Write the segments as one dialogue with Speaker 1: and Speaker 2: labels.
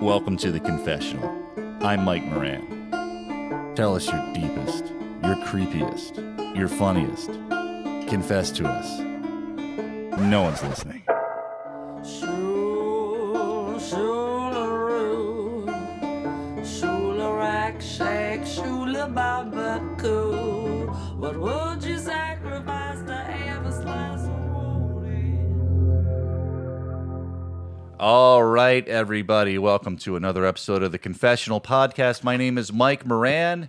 Speaker 1: welcome to the confessional. I'm Mike Moran. Tell us your deepest, your creepiest, your funniest. Confess to us. No one's listening.
Speaker 2: Shoo, shoolaroo. Shoolarack, shake, shoolababacoo. What would you sacrifice to have a slice of woody?
Speaker 1: All right, everybody. Welcome to another episode of the Confessional Podcast. My name is Mike Moran,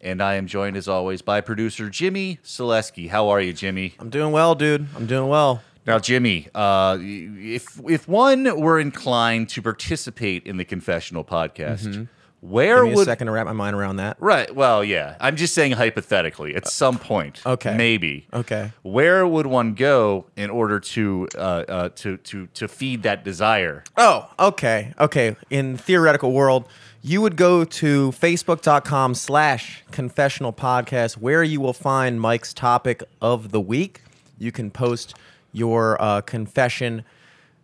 Speaker 1: and I am joined as always by producer Jimmy Selesky. How are you, Jimmy?
Speaker 3: I'm doing well, dude. I'm doing well.
Speaker 1: Now, Jimmy, uh, if if one were inclined to participate in the confessional podcast, where
Speaker 3: Mm-hmm. Give me a
Speaker 1: would
Speaker 3: second to wrap my mind around that.
Speaker 1: right? Well, yeah, I'm just saying hypothetically. At some point,
Speaker 3: Uh, okay.
Speaker 1: maybe,
Speaker 3: Okay.
Speaker 1: where would one go in order to uh, uh, to to to feed that desire?
Speaker 3: Oh, okay. Okay. In theoretical world, you would go to facebook.com slash confessional podcast where you will find Mike's topic of the week. You can post your uh, confession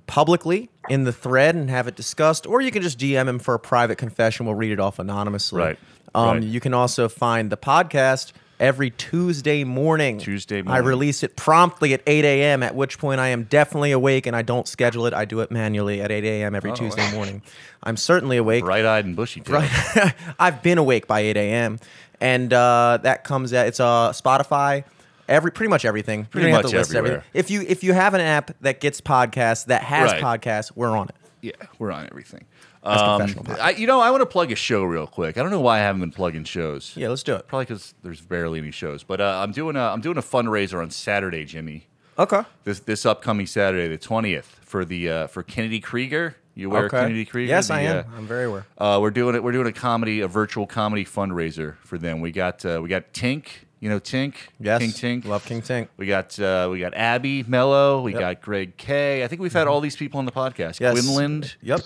Speaker 3: publicly in the thread and have it discussed, or you can just DM him for a private confession. We'll read it off anonymously.
Speaker 1: Right.
Speaker 3: Um,
Speaker 1: Right.
Speaker 3: You can also find the podcast every Tuesday morning.
Speaker 1: Tuesday
Speaker 3: I
Speaker 1: morning.
Speaker 3: release it promptly at 8 a.m., at which point I am definitely awake and I don't schedule it. I do it manually at 8 a.m.
Speaker 1: Oh.
Speaker 3: every Tuesday morning. I'm certainly awake.
Speaker 1: Bright eyed and bushy tailed.
Speaker 3: I've been awake by 8 a.m. And uh, that comes at it's uh, Spotify, every pretty much everything. You
Speaker 1: Pretty
Speaker 3: don't have
Speaker 1: much
Speaker 3: to list
Speaker 1: everywhere.
Speaker 3: everything. If you if you have an app that gets podcasts that has
Speaker 1: Right.
Speaker 3: podcasts, we're on it.
Speaker 1: Yeah, we're on everything.
Speaker 3: That's
Speaker 1: Um,
Speaker 3: confessional podcast.
Speaker 1: I, you know, I want to plug a show real quick. I don't know why I haven't been plugging shows.
Speaker 3: Yeah, let's do it.
Speaker 1: Probably because there's barely any shows. But uh, I'm doing a I'm doing a fundraiser on Saturday, Jimmy.
Speaker 3: Okay.
Speaker 1: This this upcoming Saturday, the twentieth, for the uh, for Kennedy Krieger. You aware
Speaker 3: okay.
Speaker 1: of Kennedy Krieger?
Speaker 3: yes,
Speaker 1: The,
Speaker 3: I am.
Speaker 1: uh,
Speaker 3: I'm very aware.
Speaker 1: Uh, we're doing it. We're doing a comedy, a virtual comedy fundraiser for them. We got uh, we got Tink. You know Tink.
Speaker 3: Yes.
Speaker 1: Tink Tink.
Speaker 3: Love King Tink.
Speaker 1: We got uh, we got Abby Mello. We
Speaker 3: Yep. Mm-hmm.
Speaker 1: got Greg K. I think we've had all these people on the podcast.
Speaker 3: Yes.
Speaker 1: Quinland.
Speaker 3: Yep.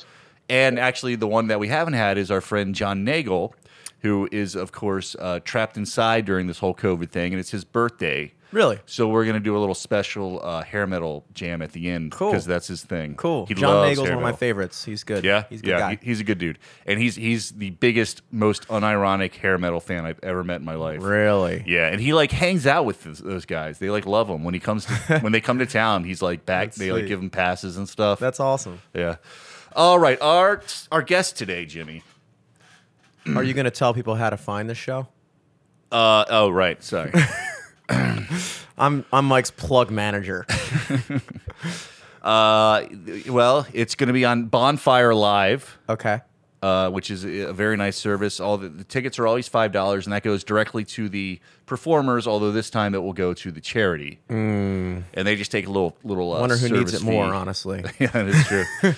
Speaker 1: And actually, the one that we haven't had is our friend John Nagel, who is, of course, uh, trapped inside during this whole COVID thing, and it's his birthday.
Speaker 3: Really?
Speaker 1: So we're gonna do a little special uh, hair metal jam at the end
Speaker 3: Cool.
Speaker 1: because that's his thing.
Speaker 3: Cool.
Speaker 1: He
Speaker 3: John
Speaker 1: loves
Speaker 3: Nagel's
Speaker 1: hair
Speaker 3: one of my
Speaker 1: metal.
Speaker 3: favorites. He's good.
Speaker 1: Yeah,
Speaker 3: He's a good
Speaker 1: yeah,
Speaker 3: guy.
Speaker 1: he- he's a good dude, and he's he's the biggest, most unironic hair metal fan I've ever met in my life.
Speaker 3: really?
Speaker 1: Yeah, and he like hangs out with those, those guys. They like love him when he comes to, when they come to town. He's like back.
Speaker 3: That's
Speaker 1: they like
Speaker 3: sweet.
Speaker 1: give him passes and stuff.
Speaker 3: That's awesome.
Speaker 1: yeah. All right, our our guest today, Jimmy.
Speaker 3: Are you going to tell people how to find the show?
Speaker 1: Uh oh, right. Sorry.
Speaker 3: I'm I'm Mike's plug manager.
Speaker 1: uh, well, it's going to be on Bonfire Live.
Speaker 3: Okay.
Speaker 1: Uh, which is a very nice service. All the, the tickets are always five dollars, and that goes directly to the performers. Although this time it will go to the charity, and they just take a little little. Uh,
Speaker 3: Hmm. Wonder who needs
Speaker 1: service
Speaker 3: it more,
Speaker 1: fee.
Speaker 3: honestly.
Speaker 1: Yeah, that's true.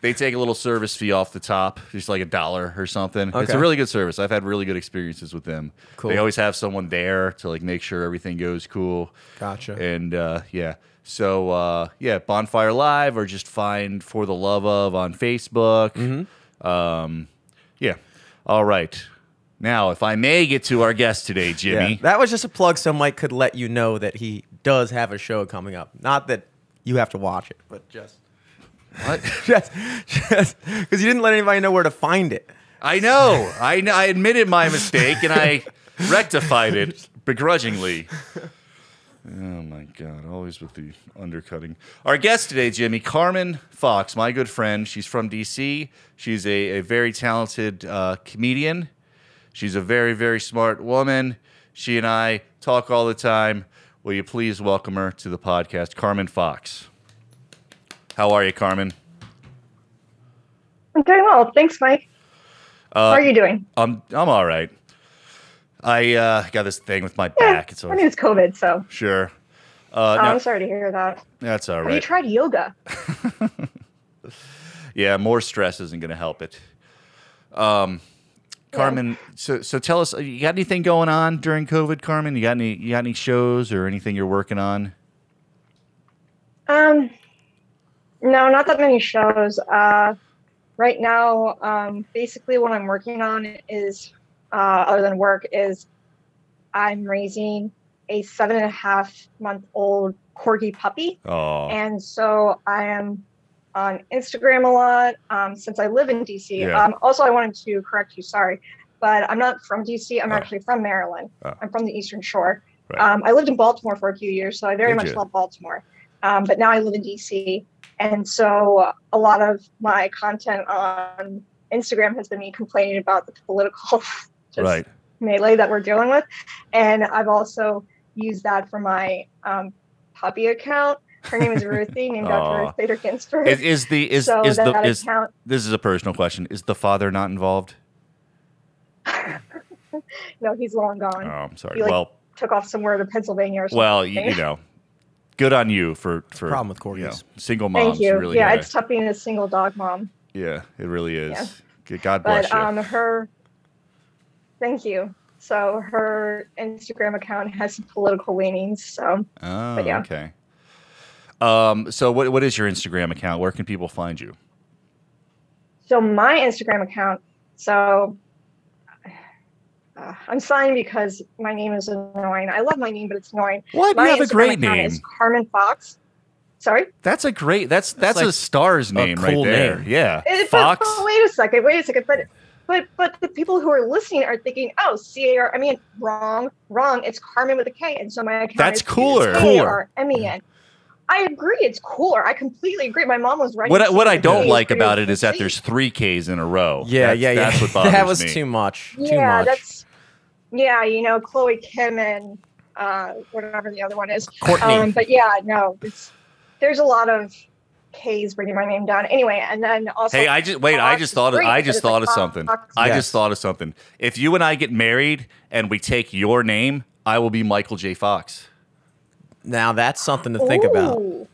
Speaker 1: they take a little service fee off the top, just like a dollar or something. It's a
Speaker 3: Okay.
Speaker 1: really good service. I've had really good experiences with them.
Speaker 3: Cool.
Speaker 1: They always have someone there to like make sure everything goes cool.
Speaker 3: Gotcha.
Speaker 1: And uh, yeah, so uh, yeah, Bonfire Live or just find For the Love of on Facebook. Um, yeah. All right. Now, if I may get to our guest today, Jimmy.
Speaker 3: Yeah. That was just a plug so Mike could let you know that he does have a show coming up. Not that you have to watch it, but just
Speaker 1: What?
Speaker 3: just just because you didn't let anybody know where to find it.
Speaker 1: I know. I kn- I admitted my mistake and I rectified it begrudgingly. Oh my God! Always with the undercutting. Our guest today, Jimmy Carmen Fox, my good friend. She's from DC. She's a, a very talented uh, comedian. She's a very very smart woman. She and I talk all the time. Will you please welcome her to the podcast, Carmen Fox? How are you, Carmen?
Speaker 4: I'm doing well. Thanks, Mike. How are you doing?
Speaker 1: Uh, I'm I'm all right. I uh, got this thing with my back. It's
Speaker 4: I mean,
Speaker 1: always,
Speaker 4: it's COVID, so
Speaker 1: sure. Uh,
Speaker 4: oh,
Speaker 1: no,
Speaker 4: I'm sorry to hear that.
Speaker 1: that's all
Speaker 4: Have you
Speaker 1: right.
Speaker 4: tried yoga?
Speaker 1: yeah, more stress isn't going to help it. Um, Carmen, so so tell us, you got anything going on during COVID, Carmen? You got any you got any shows or anything you're working on?
Speaker 4: Um, no, not that many shows. Uh, right now, um, basically, what I'm working on is, uh, other than work, is I'm raising a seven and a half month old corgi puppy.
Speaker 1: Oh,
Speaker 4: And so I am on Instagram a lot um, since I live in DC.
Speaker 1: Yeah.
Speaker 4: Um, also, I wanted to correct you, sorry, but I'm not from DC. I'm
Speaker 1: Oh.
Speaker 4: actually from Maryland.
Speaker 1: Oh.
Speaker 4: I'm from the Eastern Shore.
Speaker 1: Right.
Speaker 4: Um, I lived in Baltimore for a few years, so I very
Speaker 1: Did
Speaker 4: much
Speaker 1: you?
Speaker 4: love Baltimore. Um, but now I live in DC. And so uh, a lot of my content on Instagram has been me complaining about the political just
Speaker 1: right.
Speaker 4: melee that we're dealing with. And I've also used that for my um, puppy account. Her name is Ruthie, named
Speaker 1: Aw.
Speaker 4: after Ruth Bader Ginsburg.
Speaker 1: Is, is the is
Speaker 4: so
Speaker 1: is
Speaker 4: that
Speaker 1: the is
Speaker 4: account,
Speaker 1: this is a personal question? Is the father not involved?
Speaker 4: no, he's long
Speaker 1: Oh,
Speaker 4: gone.
Speaker 1: I'm sorry.
Speaker 4: You, like,
Speaker 1: well,
Speaker 4: Took off somewhere to Pennsylvania or something.
Speaker 1: well, you, you know, good on you for for
Speaker 3: problem with
Speaker 1: you know,
Speaker 3: corgis.
Speaker 1: single moms.
Speaker 4: Thank you.
Speaker 1: Really,
Speaker 4: yeah,
Speaker 1: gotta-
Speaker 4: it's tough being a single dog mom.
Speaker 1: yeah, it really is.
Speaker 4: Yeah.
Speaker 1: Good- God bless
Speaker 4: But
Speaker 1: you.
Speaker 4: um, her, thank you. So her Instagram account has some political leanings. So
Speaker 1: oh,
Speaker 4: yeah.
Speaker 1: okay. Um, so what what is your Instagram account? Where can people find you?
Speaker 4: so my Instagram account. So uh, I'm sighing because my name is annoying. I love my name, but it's annoying.
Speaker 1: What?
Speaker 4: My
Speaker 1: you have a
Speaker 4: Instagram
Speaker 1: great
Speaker 4: account
Speaker 1: name.
Speaker 4: Is Carmen Fox. Sorry.
Speaker 1: That's a great. That's that's a
Speaker 3: like
Speaker 1: star's name right
Speaker 3: cool
Speaker 1: there.
Speaker 3: name.
Speaker 1: Yeah,
Speaker 4: It- but-
Speaker 1: Fox.
Speaker 4: but wait a second. Wait a second. But but but the people who are listening are thinking, oh, C A R. I mean, wrong, wrong. It's Carmen with a K, and so my account
Speaker 1: That's
Speaker 4: is
Speaker 1: cooler.
Speaker 4: C-A-R-M-E-N. E I agree. It's cooler. I completely agree. My mom was right.
Speaker 1: What I, what I don't like about it is that there's three Ks in a row. Oh,
Speaker 3: Yeah,
Speaker 1: that's,
Speaker 3: yeah, yeah.
Speaker 1: That's what bothers
Speaker 3: that was
Speaker 1: me.
Speaker 3: too much. Too
Speaker 4: yeah,
Speaker 3: much.
Speaker 4: that's yeah, you know, Chloe Kim and uh, whatever the other one is.
Speaker 3: Courtney.
Speaker 4: Um, but yeah, no, it's there's a lot of K's bringing my name down. Anyway, and then also
Speaker 1: Hey, I just wait. I
Speaker 4: Fox
Speaker 1: just
Speaker 4: is
Speaker 1: thought. Of,
Speaker 4: great,
Speaker 1: I
Speaker 4: but
Speaker 1: just
Speaker 4: it's like
Speaker 1: thought of something.
Speaker 4: Fox.
Speaker 1: I
Speaker 3: Yes.
Speaker 1: just thought of something. If you and I get married and we take your name, I will be Michael J. Fox.
Speaker 3: now that's something to think about.
Speaker 4: Ooh,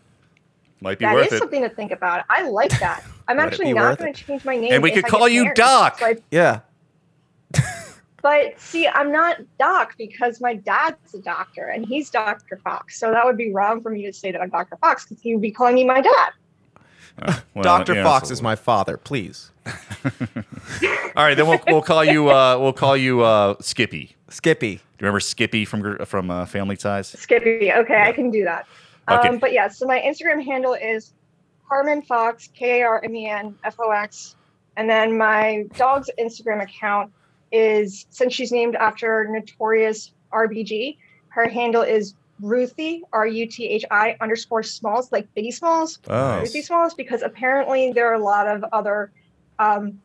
Speaker 1: Might be
Speaker 4: That
Speaker 1: worth
Speaker 4: is
Speaker 1: it.
Speaker 4: something to think about. I like that. I'm
Speaker 3: Might
Speaker 4: actually
Speaker 3: be
Speaker 4: not
Speaker 3: worth
Speaker 4: going
Speaker 3: it.
Speaker 4: to change my name.
Speaker 1: And we
Speaker 4: if
Speaker 1: could
Speaker 4: I
Speaker 1: call
Speaker 4: get
Speaker 1: you
Speaker 4: married.
Speaker 1: Doc.
Speaker 4: So I-
Speaker 3: Yeah.
Speaker 4: but see, I'm not Doc because my dad's a doctor and he's Dr. Fox. So that would be wrong for me to say that I'm Dr. Fox because he would be calling me my dad.
Speaker 1: Uh, well,
Speaker 3: Dr.
Speaker 1: yeah,
Speaker 3: Fox
Speaker 1: so-
Speaker 3: is my father, please.
Speaker 1: All right, then we'll we'll call you uh, we'll call you uh, Skippy. Do
Speaker 3: Skippy.
Speaker 1: you remember Skippy from Gr- from uh, Family Ties?
Speaker 4: Skippy. Okay, I can do that.
Speaker 1: Okay.
Speaker 4: Um, but yeah, so my Instagram handle is Harmon Fox, K A R M E N F O X. And then my dog's Instagram account is, since she's named after notorious RBG, her handle is Ruthie, R U T H I underscore smalls, like Biggie Smalls,
Speaker 1: Oh.
Speaker 4: Ruthie Smalls, because apparently there are a lot of other um,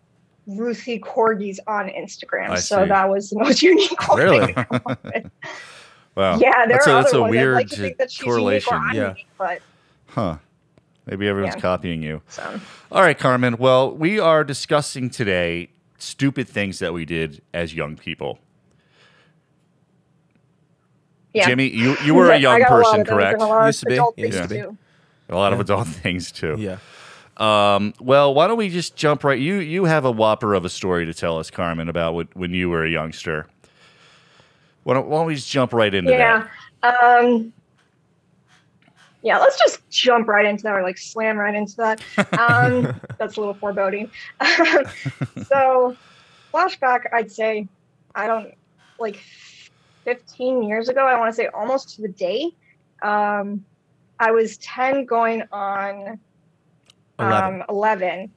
Speaker 4: Ruthie corgis on Instagram.
Speaker 1: I
Speaker 4: so
Speaker 1: see.
Speaker 4: that was the most unique one. I
Speaker 3: Really?
Speaker 4: could come up with.
Speaker 1: Wow.
Speaker 4: Yeah, there
Speaker 1: Oh, that's
Speaker 4: are
Speaker 1: a,
Speaker 4: other
Speaker 1: that's a
Speaker 4: ones.
Speaker 1: weird
Speaker 4: I'd like to think that she's unique
Speaker 1: correlation.
Speaker 4: or I'm
Speaker 3: Yeah.
Speaker 4: unique, but
Speaker 1: Huh. Maybe everyone's
Speaker 4: Yeah.
Speaker 1: copying you.
Speaker 4: so.
Speaker 1: All right, Carmen. Well, we are discussing today stupid things that we did as young people.
Speaker 4: Yeah.
Speaker 1: Jimmy, you, you were
Speaker 4: I
Speaker 1: a young
Speaker 4: got lot
Speaker 1: person,
Speaker 4: of those
Speaker 1: correct?
Speaker 4: and A lot
Speaker 3: Used to
Speaker 4: of
Speaker 3: be.
Speaker 4: adult
Speaker 3: Used
Speaker 4: things
Speaker 3: to be.
Speaker 4: too.
Speaker 1: A lot of adult things too.
Speaker 3: Yeah.
Speaker 1: Um, well, why don't we just jump right? You you have a whopper of a story to tell us, Carmen, about what, when you were a youngster. Why don't, why don't we just jump right into
Speaker 4: Yeah. Um, yeah, let's just jump right into that or like slam right into that. Um, that's a little foreboding. so, flashback, I'd say, I don't like 15 years ago, I want to say almost to the day. Um, I was 10 going on
Speaker 3: 11.
Speaker 4: um, 11.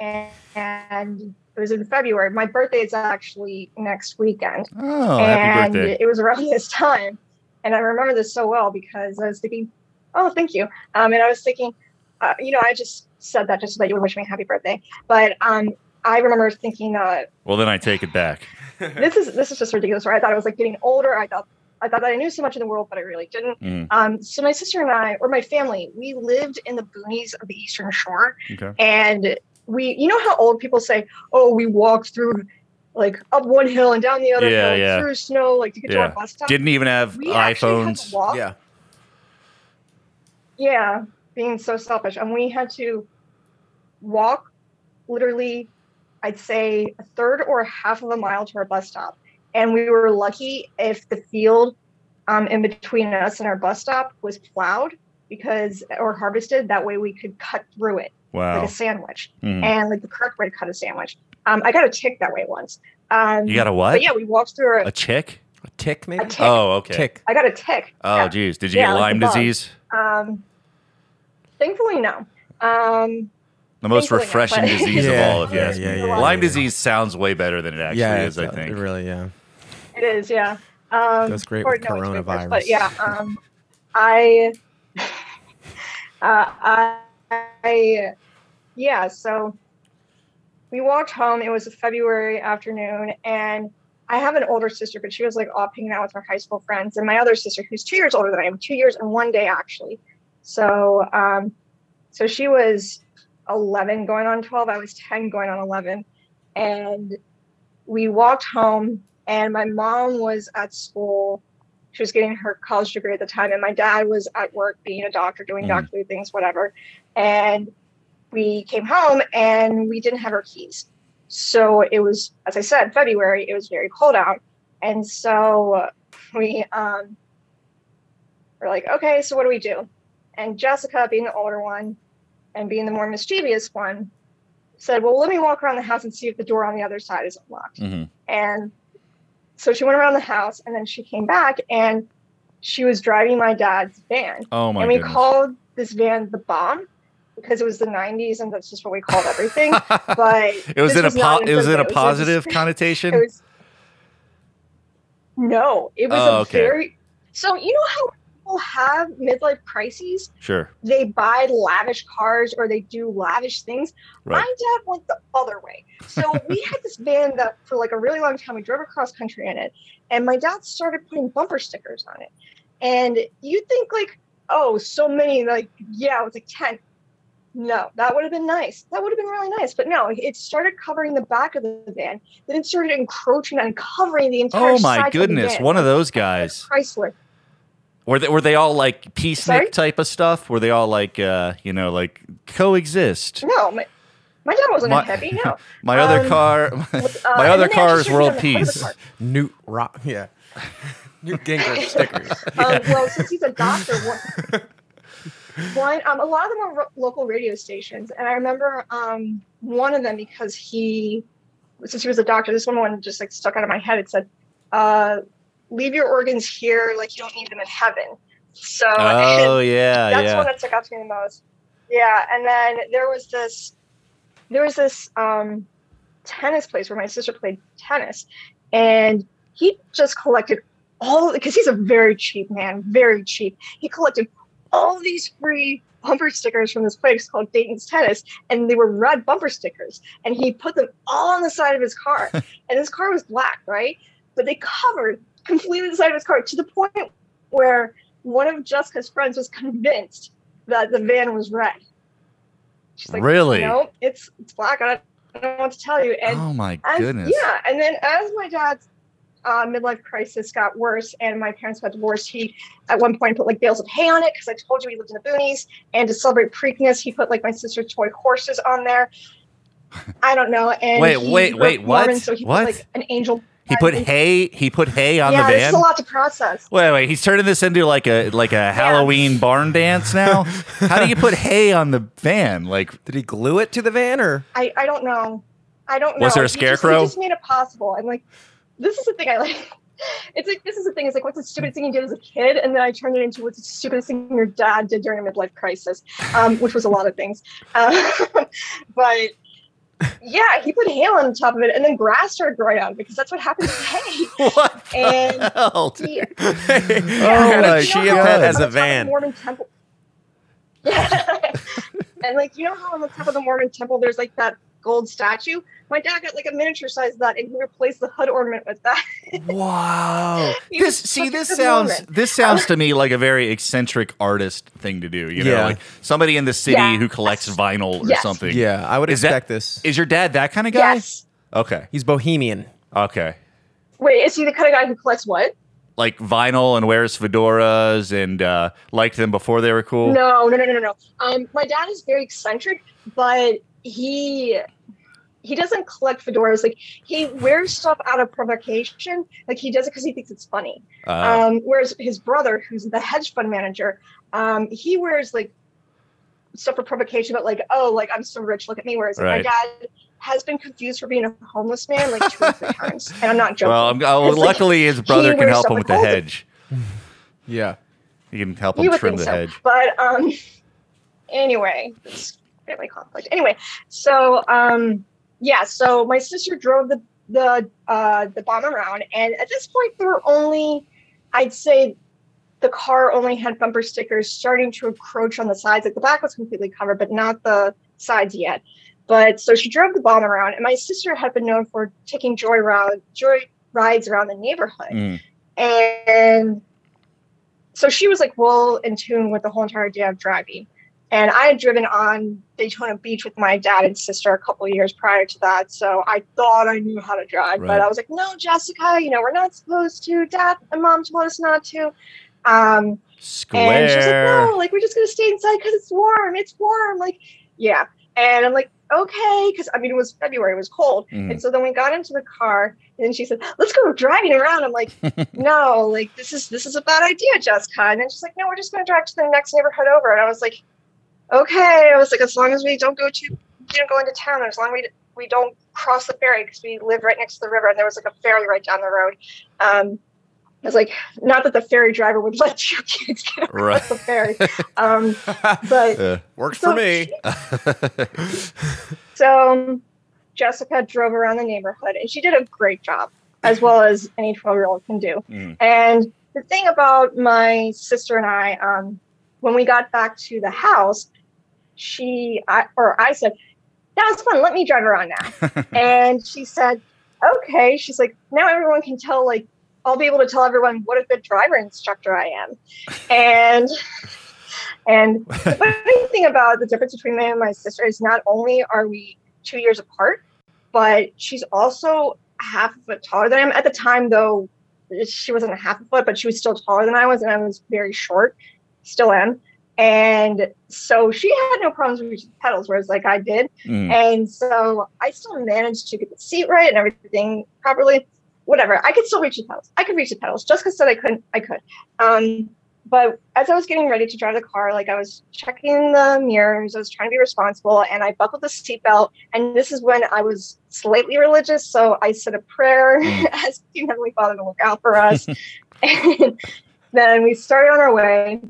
Speaker 4: And, and it was in February. My birthday is actually next weekend
Speaker 1: that? Oh, happy
Speaker 4: and
Speaker 1: birthday!
Speaker 4: it was around this time. And I remember this so well because I was thinking, oh, thank you. Um, and I was thinking, uh, you know, I just said that just so that you would wish me a happy birthday. But um, I remember thinking, uh,
Speaker 1: Well, then I take it back.
Speaker 4: this is this is just ridiculous. Right? I thought I was like getting older. I thought I thought that I knew so much in the world, but I really didn't.
Speaker 1: Mm,
Speaker 4: Um, so my sister and I, or my family, we lived in the boonies of the Eastern Shore,
Speaker 1: okay.
Speaker 4: and we you know how old people say oh we walked through like up one hill and down the other
Speaker 1: Yeah,
Speaker 4: hill
Speaker 1: yeah.
Speaker 4: through snow like to get to
Speaker 1: Yeah.
Speaker 4: our bus stop
Speaker 1: Didn't even have
Speaker 4: we actually had
Speaker 1: iPhones.
Speaker 4: to walk
Speaker 3: Yeah.
Speaker 4: yeah being so selfish and we had to walk literally i'd say a third or a half of a mile to our bus stop and we were lucky if the field um, in between us and our bus stop was plowed because or harvested that way we could cut through it
Speaker 1: Wow.
Speaker 4: like a sandwich
Speaker 1: Mhm.
Speaker 4: and like the correct way to cut a sandwich. Um, I got a tick that way once. Um,
Speaker 1: You got a
Speaker 4: But
Speaker 1: what?
Speaker 4: yeah, we walked through a,
Speaker 1: A chick?
Speaker 3: A tick, maybe?
Speaker 4: a tick.
Speaker 1: Oh, okay.
Speaker 3: Tick.
Speaker 4: I got a tick.
Speaker 1: Oh,
Speaker 4: yeah.
Speaker 1: geez. Did you
Speaker 4: Yeah,
Speaker 1: get
Speaker 4: like a
Speaker 1: Lyme
Speaker 4: bug.
Speaker 1: disease?
Speaker 4: Um, thankfully, no. Um,
Speaker 1: The most
Speaker 4: Thankfully not,
Speaker 1: refreshing
Speaker 4: but-
Speaker 1: disease
Speaker 3: Yeah,
Speaker 1: of all, if you
Speaker 3: yeah,
Speaker 1: ask
Speaker 3: yeah,
Speaker 1: me.
Speaker 3: yeah, yeah,
Speaker 1: Lyme
Speaker 3: yeah.
Speaker 1: disease sounds way better than it actually
Speaker 3: yeah,
Speaker 1: is, I
Speaker 3: it's, uh,
Speaker 1: think.
Speaker 3: really, yeah.
Speaker 4: it is, yeah. Um,
Speaker 3: Goes great
Speaker 4: or
Speaker 3: with
Speaker 4: no, it's great first,
Speaker 3: coronavirus.
Speaker 4: But yeah, um, I, uh, I, yeah. So we walked home. It was a February afternoon, and I have an older sister, but she was like off hanging out with her high school friends, and my other sister, who's two years older than I am, two years and one day actually. So, um, so she was eleven, going on twelve. I was ten, going on eleven, and we walked home. And my mom was at school she was getting her college degree at the time and my dad was at work being a doctor doing
Speaker 1: Mhm.
Speaker 4: doctorly things whatever and we came home and we didn't have our keys so it was as i said february it was very cold out and so we um were like okay so what do we do and jessica being the older one and being the more mischievous one said well let me walk around the house and see if the door on the other side is unlocked
Speaker 1: Mhm.
Speaker 4: and so she went around the house and then she came back and she was driving my dad's van.
Speaker 1: Oh, my
Speaker 4: and we
Speaker 1: goodness.
Speaker 4: called this van the bomb because it was the 90s and that's just what we called everything. but
Speaker 1: it was
Speaker 4: this
Speaker 1: in a
Speaker 4: not
Speaker 1: po- it was in a
Speaker 4: insensitive. It was just-
Speaker 1: positive connotation.
Speaker 4: it was no, it was
Speaker 1: Oh,
Speaker 4: a
Speaker 1: okay.
Speaker 4: very so you know how people have midlife crises?
Speaker 1: sure.
Speaker 4: They buy lavish cars or they do lavish things.
Speaker 1: Right.
Speaker 4: My dad went the other way. So we had this van that for like a really long time we drove across country in it, and my dad started putting bumper stickers on it. And you think like, oh, so many, like, yeah, it was like 10. No, that would have been nice. That would have been really nice. But no, it started covering the back of the van. Then it started encroaching and covering the entire
Speaker 1: oh my
Speaker 4: side Of
Speaker 1: goodness,
Speaker 4: the van.
Speaker 1: one of those guys.
Speaker 4: Chrysler.
Speaker 1: Were they were they all like peacenik
Speaker 4: Sorry?
Speaker 1: type of stuff? Were they all like uh, you know, like coexist?
Speaker 4: No, my, my dad wasn't
Speaker 1: My-
Speaker 4: a heavy, no.
Speaker 1: My other
Speaker 4: Um,
Speaker 1: car my,
Speaker 4: With, uh, and
Speaker 1: other
Speaker 4: then they
Speaker 1: car
Speaker 4: actually
Speaker 1: is
Speaker 4: showed me
Speaker 1: world
Speaker 4: on the front of the
Speaker 1: peace.
Speaker 4: car.
Speaker 3: Newt Rock, yeah. Newt Gingrich stickers.
Speaker 4: Um, well, since he's a doctor, one, one um, a lot of them are ro- local radio stations, and I remember um, one of them because he, since he was a doctor, this one one just like stuck out of my head. It said, uh, "Leave your organs here, like you don't need them in heaven." So
Speaker 1: Oh yeah,
Speaker 4: that's
Speaker 1: yeah.
Speaker 4: one that stuck out to me the most. Yeah, and then there was this, there was this um, tennis place where my sister played tennis, and he just collected all because he's a very cheap man, very cheap. He collected all these free bumper stickers from this place called Dayton's Tennis, and they were red bumper stickers, and he put them all on the side of his car, and his car was black, right? But they covered completely the side of his car to the point where one of Jessica's friends was convinced that the van was red. She's like,
Speaker 1: Really?
Speaker 4: No, it's it's black. I don't, I don't know what to tell you. And
Speaker 1: oh my
Speaker 4: as-
Speaker 1: goodness.
Speaker 4: Yeah, and then as my dad's uh, midlife crisis got worse and my parents got divorced, he at one point put like bales of hay on it because I told you we lived in the boonies. And to celebrate Preakness, he put like my sister's toy horses on there. I don't know. And
Speaker 1: Wait,
Speaker 4: he
Speaker 1: wait,
Speaker 4: grew
Speaker 1: wait,
Speaker 4: up
Speaker 1: what?
Speaker 4: Mormon, so he
Speaker 1: What?
Speaker 4: put like an angel.
Speaker 1: He put hay he put hay on
Speaker 4: yeah,
Speaker 1: the
Speaker 4: this is
Speaker 1: van.
Speaker 4: a lot to process.
Speaker 1: Wait, wait, he's turning this into like a like a Halloween barn dance now. How do you put hay on the van? Like
Speaker 3: Did he glue it to the van or?
Speaker 4: I, I don't know. I don't know.
Speaker 1: Was there a
Speaker 4: He just- he
Speaker 1: scarecrow?
Speaker 4: just made it possible. And like, this is the thing I like. It's like this is the thing. It's like what's the stupidest thing you did as a kid, and then I turned it into what's the stupidest thing your dad did during a midlife crisis, um, which was a lot of things. Um, but yeah, he put hay on top of it, and then grass started growing on it because that's what happens to hay.
Speaker 1: what the
Speaker 4: And
Speaker 1: hell? dude?
Speaker 4: He-
Speaker 1: Oh
Speaker 3: had
Speaker 1: my
Speaker 3: a
Speaker 4: you know
Speaker 3: chia
Speaker 4: how,
Speaker 3: pet
Speaker 4: like,
Speaker 3: as
Speaker 4: on
Speaker 3: a
Speaker 4: the top of
Speaker 3: van.
Speaker 4: the Mormon temple. Yeah. and like you know how on the top of the Mormon temple there's like that gold statue. My dad got like a miniature size of that, and he replaced the hood ornament with that.
Speaker 1: Wow.
Speaker 4: He was
Speaker 1: This see
Speaker 4: such a
Speaker 1: this
Speaker 4: good
Speaker 1: sounds
Speaker 4: woman.
Speaker 1: this sounds to me like a very eccentric artist thing to do, you know,
Speaker 3: Yeah.
Speaker 1: like somebody in the city
Speaker 4: Yeah.
Speaker 1: who collects vinyl or
Speaker 4: Yes.
Speaker 1: something.
Speaker 3: Yeah, I would
Speaker 1: Is that-
Speaker 3: expect this.
Speaker 1: Is your dad that kind of guy? Okay.
Speaker 3: He's bohemian.
Speaker 1: Okay.
Speaker 4: Wait, is he the kind of guy who collects what?
Speaker 1: Like vinyl and wears fedoras and uh, liked them before they were cool.
Speaker 4: No, no, no, no, no, no. Um, my dad is very eccentric, but he he doesn't collect fedoras. Like he wears stuff out of provocation. Like he does it because he thinks it's funny.
Speaker 1: Uh,
Speaker 4: Um, whereas his brother, who's the hedge fund manager, um, he wears like stuff for provocation, but like, oh, like I'm so rich, look at me. Whereas
Speaker 1: Right.
Speaker 4: my dad has been confused for being a homeless man like two or three times, and I'm not joking.
Speaker 1: well, I'm, oh,
Speaker 4: It's like,
Speaker 1: luckily his brother can
Speaker 4: wears
Speaker 1: help him
Speaker 4: something
Speaker 1: with the
Speaker 4: called-
Speaker 1: hedge.
Speaker 3: Yeah.
Speaker 1: He can help
Speaker 4: you
Speaker 1: him
Speaker 4: would
Speaker 1: trim
Speaker 4: think
Speaker 1: the
Speaker 4: so,
Speaker 1: hedge.
Speaker 4: but um, anyway, it's family conflict. Anyway, so um, yeah, so my sister drove the the uh, the bomb around, and at this point, there were only, I'd say, the car only had bumper stickers starting to encroach on the sides. Like the back was completely covered, but not the sides yet. But so she drove the bomb around, and my sister had been known for taking joy round joy rides around the neighborhood.
Speaker 1: Mm.
Speaker 4: And so she was like well in tune with the whole entire idea of driving. And I had driven on Daytona Beach with my dad and sister a couple of years prior to that. So I thought I knew how to drive,
Speaker 1: Right.
Speaker 4: but I was like, no, Jessica, you know, we're not supposed to. Dad and mom told us not to. Um, and she was
Speaker 1: Mm. Square.
Speaker 4: like, no, like we're just gonna stay inside because it's warm. It's warm. Like, yeah. And I'm like, okay, because I mean it was February, it was cold.
Speaker 1: Mm.
Speaker 4: And so then we got into the car, and then she said, "Let's go driving around." I'm like, "No, like this is this is a bad idea, Jessica." And then she's like, "No, we're just gonna drive to the next neighborhood over." And I was like, "Okay." I was like, "As long as we don't go too, you know, go into town, and as long as we we don't cross the ferry because we live right next to the river, and there was like a ferry right down the road." Um, I was like, "Not that the ferry driver would let you kids get
Speaker 1: Right. Uh,
Speaker 4: the ferry," um, but
Speaker 1: Yeah.
Speaker 3: Works
Speaker 4: So
Speaker 3: for me.
Speaker 4: So um, Jessica drove around the neighborhood and she did a great job, as well as any 12 year old can do.
Speaker 1: Mm.
Speaker 4: And the thing about my sister and I, um, when we got back to the house, she I, or I said, "That was fun. Let me drive around now." and she said, "Okay." She's like, "Now everyone can tell. Like, I'll be able to tell everyone what a good driver instructor I am." And and the funny thing about the difference between me and my sister is not only are we two years apart, but she's also half a foot taller than I am. At the time, though, she wasn't a half a foot, but she was still taller than I was, and I was very short, still am. And so she had no problems with reaching the pedals, whereas like I did.
Speaker 1: Mm.
Speaker 4: And so I still managed to get the seat right and everything properly. Whatever, I could still reach the pedals. I could reach the pedals. Jessica said I couldn't. I could. Um, but as I was getting ready to drive the car, like I was checking the mirrors, I was trying to be responsible, and I buckled the seatbelt. And this is when I was slightly religious, so I said a prayer,
Speaker 1: Mm.
Speaker 4: asking Heavenly Father to look out for us. and then we started on our way,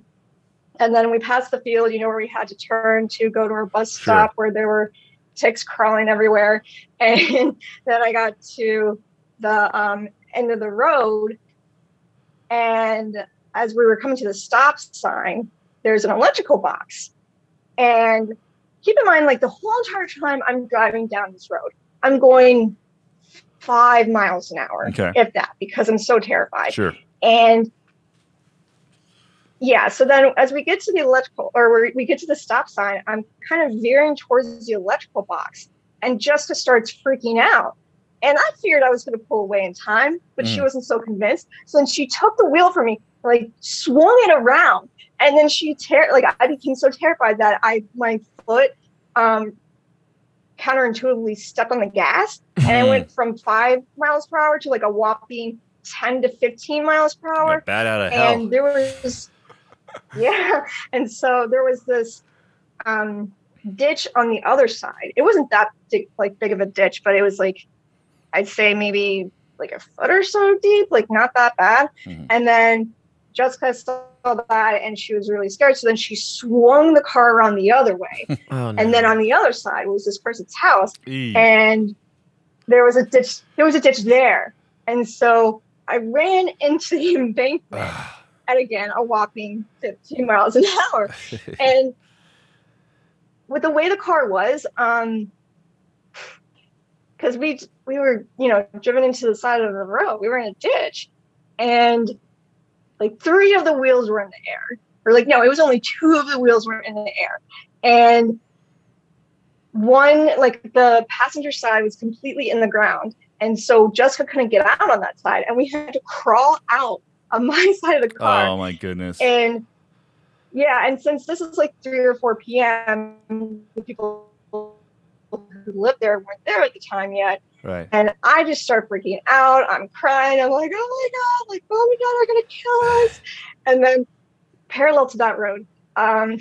Speaker 4: and then we passed the field, you know, where we had to turn to go to our bus
Speaker 1: Sure.
Speaker 4: stop, where there were ticks crawling everywhere. And then I got to the um, end of the road. And as we were coming to the stop sign, there's an electrical box. And keep in mind, like the whole entire time I'm driving down this road, I'm going five miles an hour,
Speaker 1: Okay.
Speaker 4: if that, because I'm so terrified.
Speaker 1: Sure.
Speaker 4: And yeah, so then as we get to the electrical or we- we get to the stop sign, I'm kind of veering towards the electrical box and Jessica starts freaking out. And I feared I was going to pull away in time, but she
Speaker 1: Mm.
Speaker 4: wasn't so convinced. So then she took the wheel from me, like swung it around. And then she tear like I became so terrified that I my foot um counterintuitively stepped on the gas and I
Speaker 1: Mm.
Speaker 4: went from five miles per hour to like a whopping 10 to 15 miles per
Speaker 1: Yeah,
Speaker 4: hour
Speaker 1: bat out of hell.
Speaker 4: and there was yeah and so there was this um ditch on the other side it wasn't that big, like big of a ditch but it was like i'd say maybe like a foot or so deep like not that bad
Speaker 1: Mhm.
Speaker 4: and then jessica saw that and she was really scared so then she swung the car around the other way
Speaker 3: Oh, no.
Speaker 4: and then on the other side was this person's house
Speaker 1: Eee.
Speaker 4: and there was a ditch there was a ditch there and so i ran into the embankment
Speaker 1: Ah.
Speaker 4: at again a whopping 15 miles an hour and with the way the car was um because we we were you know driven into the side of the road we were in a ditch and like three of the wheels were in the air or like no it was only two of the wheels were in the air and one like the passenger side was completely in the ground and so jessica couldn't get out on that side and we had to crawl out on my side of the car
Speaker 1: oh my goodness.
Speaker 4: and yeah, and since this is like three or four p.m., the people who lived there weren't there at the time yet,
Speaker 1: right.
Speaker 4: and I just start freaking out. I'm crying. I'm like, oh my god, like oh my god, they're gonna kill us. And then parallel to that road, um,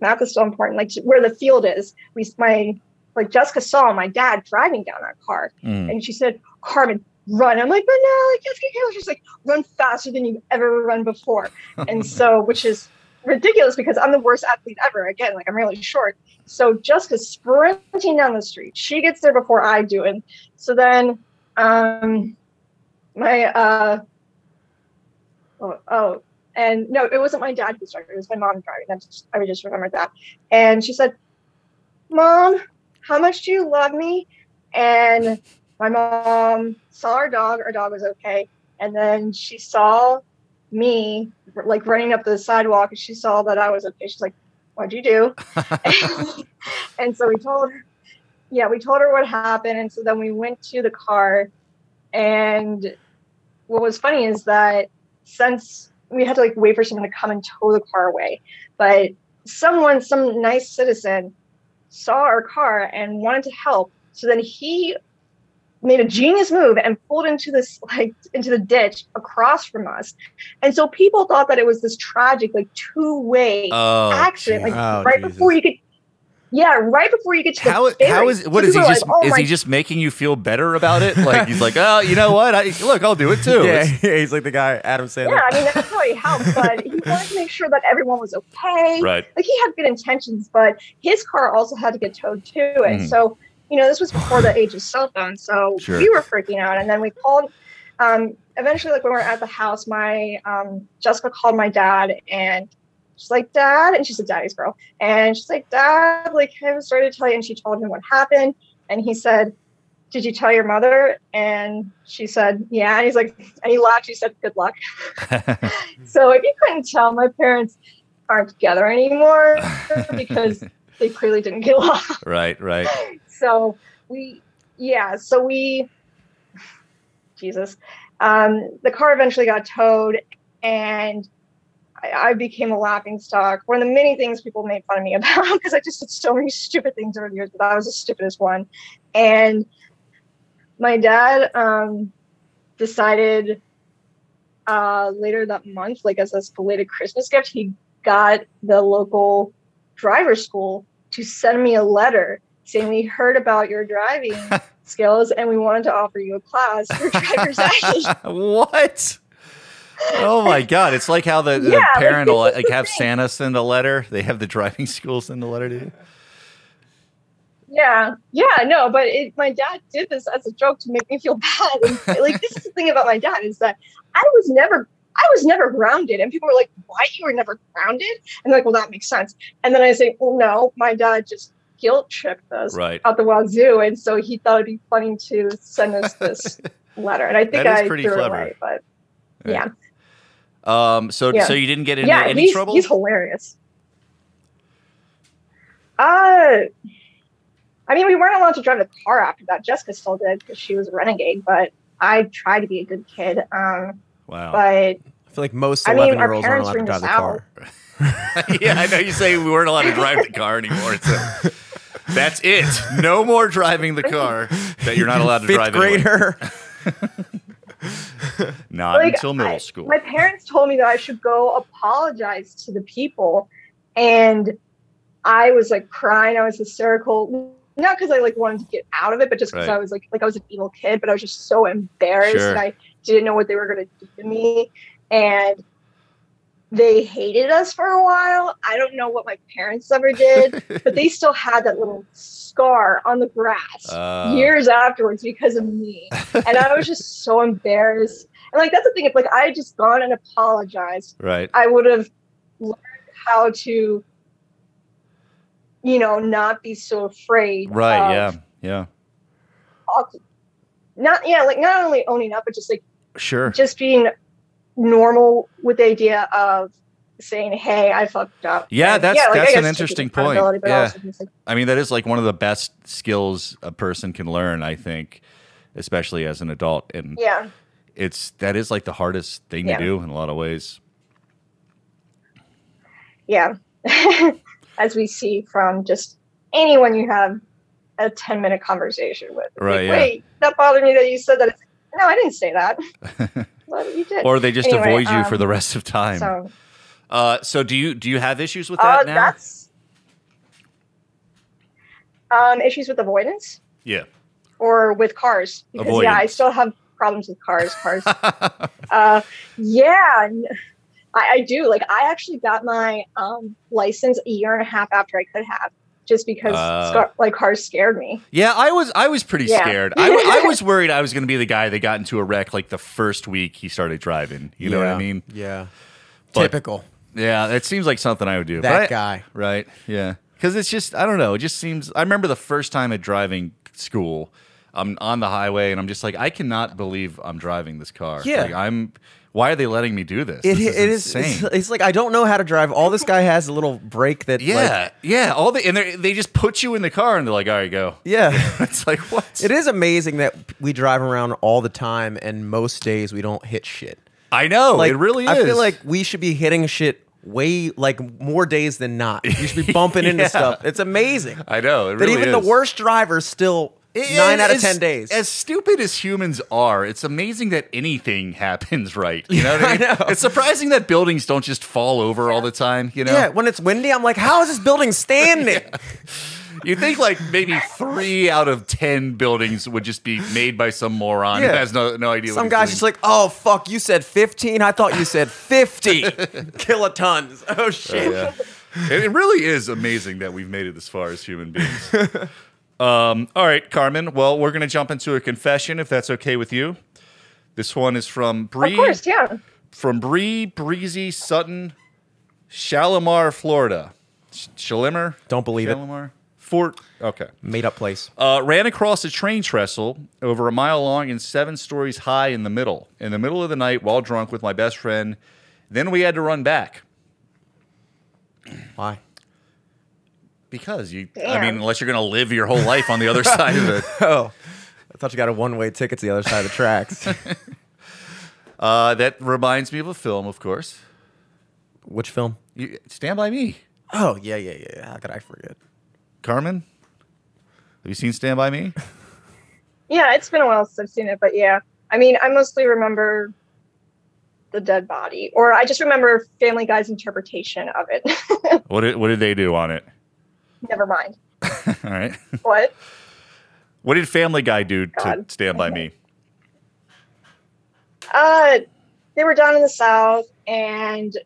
Speaker 4: map is so important. Like where the field is, we my like Jessica saw my dad driving down that car,
Speaker 1: Mm.
Speaker 4: and she said, Carmen, run. I'm like, but no, like, yes, I can. She's like, run faster than you've ever run before. And so, which is ridiculous because I'm the worst athlete ever. Again, like I'm really short. So Jessica's sprinting down the street. She gets there before I do. And so then um my uh oh, oh and no, it wasn't my dad who's driving, it was my mom driving. That's just, I just remembered that. And she said, Mom, how much do you love me? And my mom saw our dog, our dog was okay. And then she saw me like running up the sidewalk and she saw that I was okay. She's like, What'd you do? and so we told her, yeah, we told her what happened. And so then we went to the car. And what was funny is that since we had to like wait for someone to come and tow the car away, but someone, some nice citizen, saw our car and wanted to help. So then he made a genius move and pulled into this like into the ditch across from us. And so people thought that it was this tragic like two-way
Speaker 1: Oh,
Speaker 4: accident like
Speaker 3: Oh,
Speaker 4: right
Speaker 3: Jesus.
Speaker 4: before you could yeah, right before you get to
Speaker 1: How,
Speaker 4: the ferry.
Speaker 1: how is
Speaker 4: So
Speaker 1: what is he
Speaker 4: people are
Speaker 1: just
Speaker 4: like, oh
Speaker 1: is
Speaker 4: my
Speaker 1: he just making you feel better about it? Like he's like, oh, you know what? I, look, I'll do it too.
Speaker 3: yeah,
Speaker 1: It's-
Speaker 3: yeah, he's like the guy Adam Sandler.
Speaker 4: Yeah, I mean that's how he helped, but he wanted to make sure that everyone was okay.
Speaker 1: Right.
Speaker 4: Like he had good intentions, but his car also had to get towed too. And
Speaker 1: Mhm.
Speaker 4: so, you know, this was before the age of cell phones, so
Speaker 1: Sure.
Speaker 4: we were freaking out. And then we called. Um, eventually, like when we were at the house, my um, Jessica called my dad, and she's like, "Dad," and she's a daddy's girl, and she's like, "Dad, like I'm sorry to tell you." And she told him what happened, and he said, "Did you tell your mother?" And she said, "Yeah." And he's like, and he laughed. He said, "Good luck." So if you couldn't tell, my parents aren't together anymore because they clearly didn't get along.
Speaker 1: right, right.
Speaker 4: So we, yeah, so we, Jesus, um, the car eventually got towed and I, I became a laughing stock. One of the many things people made fun of me about because I just did so many stupid things over the years, but that was the stupidest one. And my dad um, decided uh, later that month, like as a belated Christmas gift, he got the local driver school to send me a letter saying we heard about your driving skills and we wanted to offer you a class for driver's ed.
Speaker 1: what? Oh my God! It's like how the, the
Speaker 4: Yeah, like,
Speaker 1: parent will
Speaker 4: this is
Speaker 1: like
Speaker 4: the
Speaker 1: have
Speaker 4: thing.
Speaker 1: Santa send a letter. They have the driving school send a letter to you.
Speaker 4: Yeah, yeah, no, but it, my dad did this as a joke to make me feel bad. And, like this is the thing about my dad is that I was never, I was never grounded, and people were like, "Why you were never grounded?" And they're like, "Well, that makes sense." And then I say, "Well, no, my dad just guilt tripped us
Speaker 1: Right.
Speaker 4: out the wazoo, and so he thought it'd be funny to send us this letter." And I think
Speaker 1: That is
Speaker 4: I
Speaker 1: pretty
Speaker 4: threw it
Speaker 1: clever.
Speaker 4: away, but
Speaker 1: Yeah.
Speaker 4: yeah,
Speaker 1: Um. So
Speaker 4: Yeah.
Speaker 1: so you didn't get into
Speaker 4: yeah,
Speaker 1: any
Speaker 4: he's,
Speaker 1: trouble.
Speaker 4: he's hilarious. Uh, I mean, we weren't allowed to drive the car after that. Jessica still did because she was a renegade, but I tried to be a good kid. Um,
Speaker 1: wow.
Speaker 4: but
Speaker 3: I feel like most
Speaker 4: I mean, our
Speaker 3: 11 year olds aren't
Speaker 4: parents
Speaker 3: allowed to drive the
Speaker 4: bring us out.
Speaker 3: car.
Speaker 1: yeah, I know you say we weren't allowed to drive the car anymore. So that's it. No more driving the car that you're not allowed to
Speaker 3: Fifth
Speaker 1: drive. anyway.
Speaker 3: grader.
Speaker 1: Not
Speaker 4: Like,
Speaker 1: until middle
Speaker 4: I-
Speaker 1: school.
Speaker 4: my parents told me that I should go apologize to the people, and I was like crying. I was hysterical, not because I like wanted to get out of it, but just because
Speaker 1: Right.
Speaker 4: I was like like I was an evil kid, but I was just so embarrassed
Speaker 1: Sure.
Speaker 4: and I didn't know what they were going to do to me, and they hated us for a while. I don't know what my parents ever did, but they still had that little scar on the grass
Speaker 1: Uh,
Speaker 4: years afterwards because of me. And I was just so embarrassed. And like that's the thing, if like I had just gone and apologized,
Speaker 1: Right.
Speaker 4: I would have learned how to, you know, not be so afraid.
Speaker 1: Right.
Speaker 4: of
Speaker 1: Yeah. Yeah.
Speaker 4: talking. Not yeah, like not only owning up, but just like
Speaker 1: Sure.
Speaker 4: just being normal with the idea of saying, Hey, I fucked up.
Speaker 1: Yeah,
Speaker 4: And,
Speaker 1: that's-
Speaker 4: like, I
Speaker 1: that's an
Speaker 4: guess taking
Speaker 1: interesting point.
Speaker 4: accountability, but
Speaker 1: Yeah.
Speaker 4: also just, like,
Speaker 1: I mean, that is like one of the best skills a person can learn. I think, especially as an adult, and
Speaker 4: yeah.
Speaker 1: it's that is like the hardest thing
Speaker 4: Yeah.
Speaker 1: to do in a lot of ways.
Speaker 4: yeah as we see from just anyone you have a 10 minute conversation with It's
Speaker 1: Right,
Speaker 4: like,
Speaker 1: yeah.
Speaker 4: wait that bothered me that you said that It's like, no i didn't say that well you did
Speaker 1: Or they just
Speaker 4: Anyway,
Speaker 1: avoid you for
Speaker 4: um,
Speaker 1: the rest of time. So,
Speaker 4: so
Speaker 1: uh, so do you do you have issues with that
Speaker 4: uh,
Speaker 1: now?
Speaker 4: that's um issues with avoidance
Speaker 1: Yeah.
Speaker 4: or with cars because yeah i
Speaker 1: Avoidance.
Speaker 4: still have problems with cars cars uh yeah n- I, I do. Like I actually got my um, license a year and a half after I could have, just because
Speaker 1: Uh.
Speaker 4: scar- like cars scared me.
Speaker 1: Yeah, I was I was pretty
Speaker 4: Yeah.
Speaker 1: scared. I, w- I was worried I was going to be the guy that got into a wreck like the first week he started driving. You know what I mean?
Speaker 3: Yeah.
Speaker 1: But-
Speaker 3: Typical.
Speaker 1: Yeah, it seems like something I would do.
Speaker 3: That
Speaker 1: But I-
Speaker 3: guy.
Speaker 1: right? Yeah, because it's just I don't know. It just seems. I remember the first time at driving school. I'm on the highway and I'm just like, I cannot believe I'm driving this car.
Speaker 3: Yeah.
Speaker 1: like, I'm. Why are they letting me do this?
Speaker 3: It,
Speaker 1: This
Speaker 3: it is.
Speaker 1: insane.
Speaker 3: It's, it's like I don't know how to drive. All this guy has a little brake that. like-
Speaker 1: yeah, yeah. All the and they they just put you in the car and they're like, all right, go.
Speaker 3: yeah.
Speaker 1: it's like what?
Speaker 3: It is amazing that we drive around all the time, and most days we don't hit shit.
Speaker 1: I know.
Speaker 3: Like
Speaker 1: it really is.
Speaker 3: I feel like we should be hitting shit way like more days than not. You should be bumping into
Speaker 1: Yeah.
Speaker 3: stuff. It's amazing.
Speaker 1: I know. It
Speaker 3: that
Speaker 1: really
Speaker 3: even
Speaker 1: is.
Speaker 3: the worst drivers still
Speaker 1: It-
Speaker 3: nine out of
Speaker 1: as-
Speaker 3: ten days.
Speaker 1: As stupid as humans are, it's amazing that anything happens right. You know what I mean?
Speaker 3: know.
Speaker 1: It's surprising that buildings don't just fall over all the time. You know,
Speaker 3: yeah, when it's windy, I'm like, how is this building standing?
Speaker 1: you think like maybe three out of ten buildings would just be made by some moron who
Speaker 3: Yeah.
Speaker 1: has no, no idea.
Speaker 3: Some
Speaker 1: what
Speaker 3: guy's
Speaker 1: he's
Speaker 3: just
Speaker 1: doing.
Speaker 3: like, oh fuck, you said fifteen. I thought you said fifty kilotons. Oh shit.
Speaker 1: Yeah. it, it really is amazing that we've made it this far as human beings. um, all right, Carmen. Well, we're gonna jump into a confession if that's okay with you. This one is from Bree.
Speaker 4: Of course, yeah.
Speaker 1: from Bree Breezy Sutton, Shalimar, Florida. Sh- Shalimar?
Speaker 3: Don't believe it.
Speaker 1: Shalimar? Fort. Okay.
Speaker 3: Made up place.
Speaker 1: Uh, ran across a train trestle over a mile long and seven stories high in the middle. In the middle of the night while drunk with my best friend. Then we had to run back
Speaker 3: Why?
Speaker 1: because you, I
Speaker 4: Damn.
Speaker 1: mean, unless you're going to live your whole life on the other side of it.
Speaker 3: Oh. I thought you got a one way ticket to the other side of the tracks.
Speaker 1: Uh, that reminds me of a film, of course.
Speaker 3: Which film?
Speaker 1: You, Stand By Me.
Speaker 3: Oh yeah, yeah, yeah, yeah. How could I forget?
Speaker 1: Carmen, have you seen Stand By Me?
Speaker 4: Yeah, it's been a while since I've seen it, but yeah. I mean, I mostly remember the dead body, or I just remember Family Guy's interpretation of it.
Speaker 1: what, did, what did they do on it?
Speaker 4: Never mind.
Speaker 1: All right.
Speaker 4: What?
Speaker 1: What did Family Guy do to
Speaker 4: God.
Speaker 1: Stand By Me?
Speaker 4: Uh, they were down in the south, and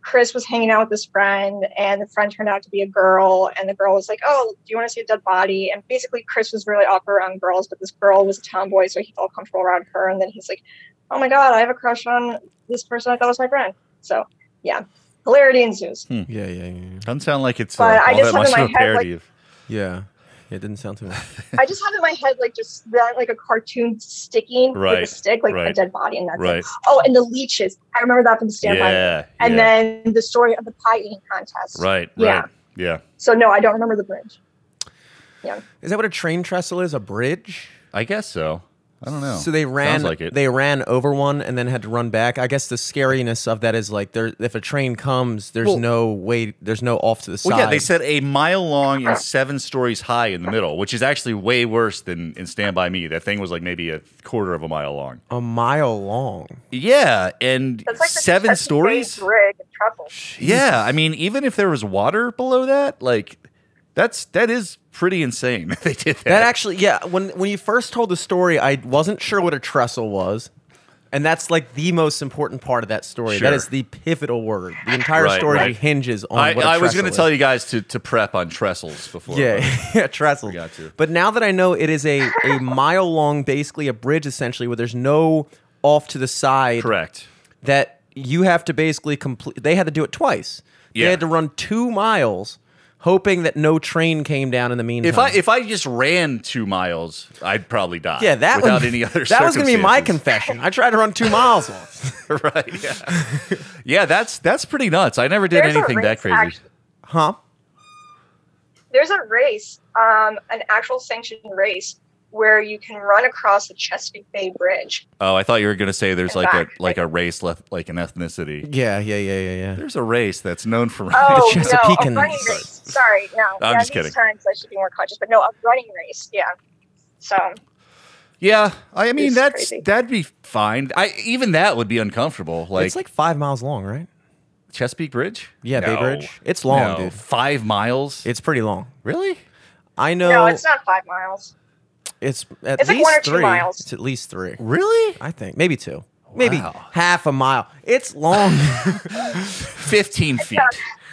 Speaker 4: Chris was hanging out with his friend, and the friend turned out to be a girl, and the girl was like, "Oh, do you want to see a dead body?" And basically, Chris was really awkward around girls, but this girl was a tomboy, so he felt comfortable around her. And then he's like, "Oh my god, I have a crush on this person I thought was my friend." So, yeah, hilarity ensues.
Speaker 3: Yeah, yeah, yeah.
Speaker 1: Doesn't sound like it's uh,
Speaker 4: But I
Speaker 1: all
Speaker 4: just
Speaker 1: that
Speaker 4: have
Speaker 1: much
Speaker 4: in
Speaker 1: of
Speaker 4: my
Speaker 1: a
Speaker 4: head, like-
Speaker 1: parody. of
Speaker 3: Yeah. It didn't sound too much.
Speaker 4: I just have in my head like just that like a cartoon sticking with
Speaker 1: Right,
Speaker 4: a stick, like a
Speaker 1: right,
Speaker 4: dead body, and that's
Speaker 1: right.
Speaker 4: it. Oh, and the leeches. I remember that from Stand By Me.
Speaker 1: Yeah.
Speaker 4: and
Speaker 1: yeah.
Speaker 4: then the story of the pie eating contest.
Speaker 1: Right. Right.
Speaker 4: Yeah.
Speaker 1: Yeah. yeah.
Speaker 4: So no, I don't remember the bridge. Yeah.
Speaker 3: Is that what a train trestle is? A bridge?
Speaker 1: I guess so. I don't know.
Speaker 3: So they ran
Speaker 1: Sounds like it.
Speaker 3: they ran over one and then had to run back. I guess the scariness of that is like there if a train comes, there's
Speaker 1: Well-
Speaker 3: no way there's no off to the side.
Speaker 1: well, yeah, they said a mile long and seven stories high in the middle, which is actually way worse than in Stand By Me. That thing was like maybe a quarter of a mile long.
Speaker 3: a mile long.
Speaker 1: Yeah, and seven stories.
Speaker 4: Rig and truffle.
Speaker 1: Yeah, I mean, even if there was water below that, like that's that is pretty insane. that they did that.
Speaker 3: That actually yeah, when when you first told the story, I wasn't sure what a trestle was. And that's like the most important part of that story. That
Speaker 1: Sure.
Speaker 3: is the pivotal word. The entire
Speaker 1: Right,
Speaker 3: story
Speaker 1: right.
Speaker 3: hinges on
Speaker 1: I,
Speaker 3: what a
Speaker 1: I was going to
Speaker 3: trestle
Speaker 1: tell
Speaker 3: is.
Speaker 1: you guys to, to prep on trestles before.
Speaker 3: Yeah, yeah, trestle.
Speaker 1: Forgot to.
Speaker 3: But now that I know it is a, a mile long, basically a bridge essentially, where there's no off to the side
Speaker 1: Correct.
Speaker 3: that you have to basically complete. They had to do it twice. They
Speaker 1: Yeah.
Speaker 3: had to run two miles, hoping that no train came down in the meantime.
Speaker 1: If I if I just ran two miles, I'd probably die.
Speaker 3: yeah, that
Speaker 1: without
Speaker 3: was,
Speaker 1: any other.
Speaker 3: That was gonna be my
Speaker 1: circumstances.
Speaker 3: confession. I tried to run two miles once.
Speaker 1: right? Yeah. yeah, that's that's pretty nuts. I never did
Speaker 4: There's a
Speaker 1: anything that
Speaker 4: race
Speaker 1: crazy.
Speaker 4: act-
Speaker 3: Huh?
Speaker 4: There's a race, um, an actual sanctioned race where you can run across the Chesapeake Bay Bridge.
Speaker 1: Oh, I thought you were going to say there's
Speaker 4: In
Speaker 1: like a
Speaker 4: fact,
Speaker 1: like a race left like an ethnicity.
Speaker 3: Yeah, yeah, yeah, yeah, yeah.
Speaker 1: There's a race that's known for.
Speaker 4: Oh no, a
Speaker 3: Chesapeakeans.
Speaker 4: running race. Sorry, no.
Speaker 1: I'm
Speaker 4: yeah,
Speaker 1: just
Speaker 4: these
Speaker 1: kidding.
Speaker 4: Times I should be more cautious, but no, a running race. Yeah. So
Speaker 1: yeah, I mean
Speaker 4: It's
Speaker 1: that's
Speaker 4: crazy.
Speaker 1: that'd be fine. I even that would be uncomfortable. Like,
Speaker 3: it's like five miles long, right?
Speaker 1: Chesapeake Bridge.
Speaker 3: Yeah, Bay
Speaker 1: No.
Speaker 3: Bridge. It's long,
Speaker 1: No.
Speaker 3: dude.
Speaker 1: Five miles.
Speaker 3: It's pretty long.
Speaker 1: really.
Speaker 3: I know.
Speaker 4: no, it's not five miles.
Speaker 3: It's at
Speaker 4: It's like
Speaker 3: least
Speaker 4: one or two
Speaker 3: three.
Speaker 4: miles.
Speaker 3: It's at least three.
Speaker 1: Really?
Speaker 3: I think maybe two. maybe
Speaker 1: Wow.
Speaker 3: half a mile. It's long.
Speaker 1: 15 feet.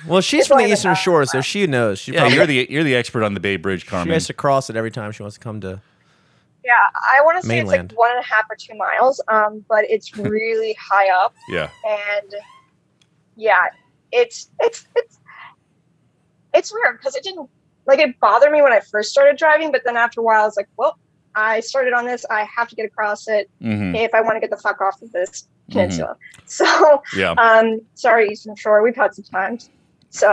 Speaker 3: well, she's
Speaker 4: It's
Speaker 3: from
Speaker 4: only
Speaker 3: the Eastern
Speaker 4: about
Speaker 3: Shore, so she knows. She
Speaker 1: Yeah,
Speaker 3: probably
Speaker 1: you're the you're the expert on the Bay Bridge,
Speaker 3: she
Speaker 1: Carmen.
Speaker 3: has to cross it every time she wants to come to.
Speaker 4: Yeah, I want to say
Speaker 3: Mainland.
Speaker 4: it's like one and a half or two miles, um, but it's really high up,
Speaker 1: Yeah.
Speaker 4: and yeah, it's it's it's it's weird because it didn't like it bothered me when I first started driving, but then after a while, I was like, well, I started on this, I have to get across it
Speaker 1: hmm
Speaker 4: if I want to get the fuck off of this peninsula. So,
Speaker 1: Yeah.
Speaker 4: um, sorry, Eastern Shore, we've had some times. So,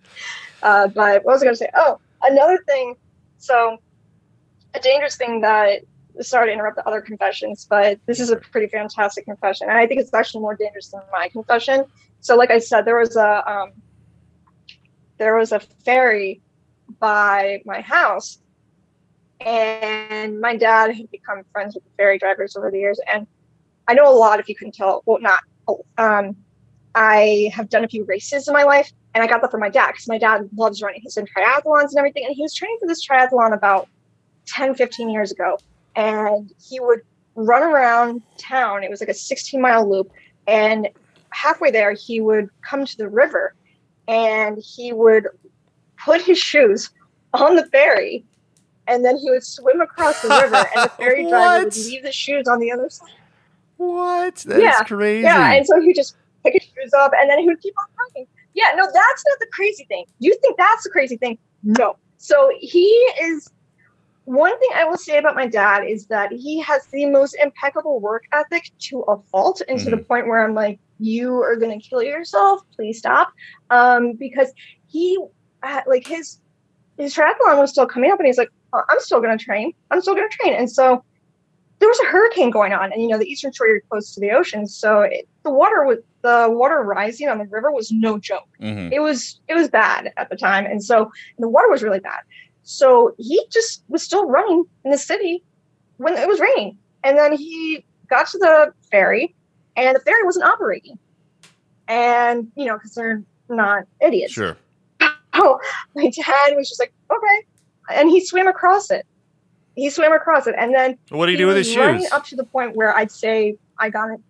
Speaker 4: uh, but what was I going to say? Oh, another thing. So, a dangerous thing that sorry to interrupt the other confessions, but this is a pretty fantastic confession, and I think it's actually more dangerous than my confession. So, like I said, there was a um, there was a ferry by my house and my dad had become friends with the ferry drivers over the years and i know a lot if you couldn't tell well not um, i have done a few races in my life and i got that from my dad because my dad loves running he's in triathlons and everything and he was training for this triathlon about 10 15 years ago and he would run around town it was like a 16 mile loop and halfway there he would come to the river and he would put his shoes on the ferry and then he would swim across the river and the ferry driver
Speaker 1: What?
Speaker 4: would leave the shoes on the other side
Speaker 1: What? That's
Speaker 4: Yeah.
Speaker 1: crazy.
Speaker 4: yeah, and so he just pick his shoes up and then he would keep on talking. Yeah, no, that's not the crazy thing. You think that's the crazy thing? No. So he is one thing I will say about my dad is that he has the most impeccable work ethic to a fault and to the point where I'm like, you are gonna kill yourself. Please stop. Um, because he uh, like his his triathlon was still coming up and he's like, "Uh, I'm still gonna train. I'm still gonna train. And so there was a hurricane going on, and you know the eastern shore you're close to the ocean, so it, the water was the water rising on the river was no joke.
Speaker 1: hmm
Speaker 4: It was it was bad at the time, and so and the water was really bad. So he just was still running in the city when it was raining, and then he got to the ferry, and the ferry wasn't operating, and you know because they're not idiots.
Speaker 1: Sure.
Speaker 4: Oh, my dad was just like okay, and he swam across it. He swam across it, and then
Speaker 1: What do you do with his
Speaker 4: he was running
Speaker 1: shoes?
Speaker 4: Up to the point where I'd say I got it.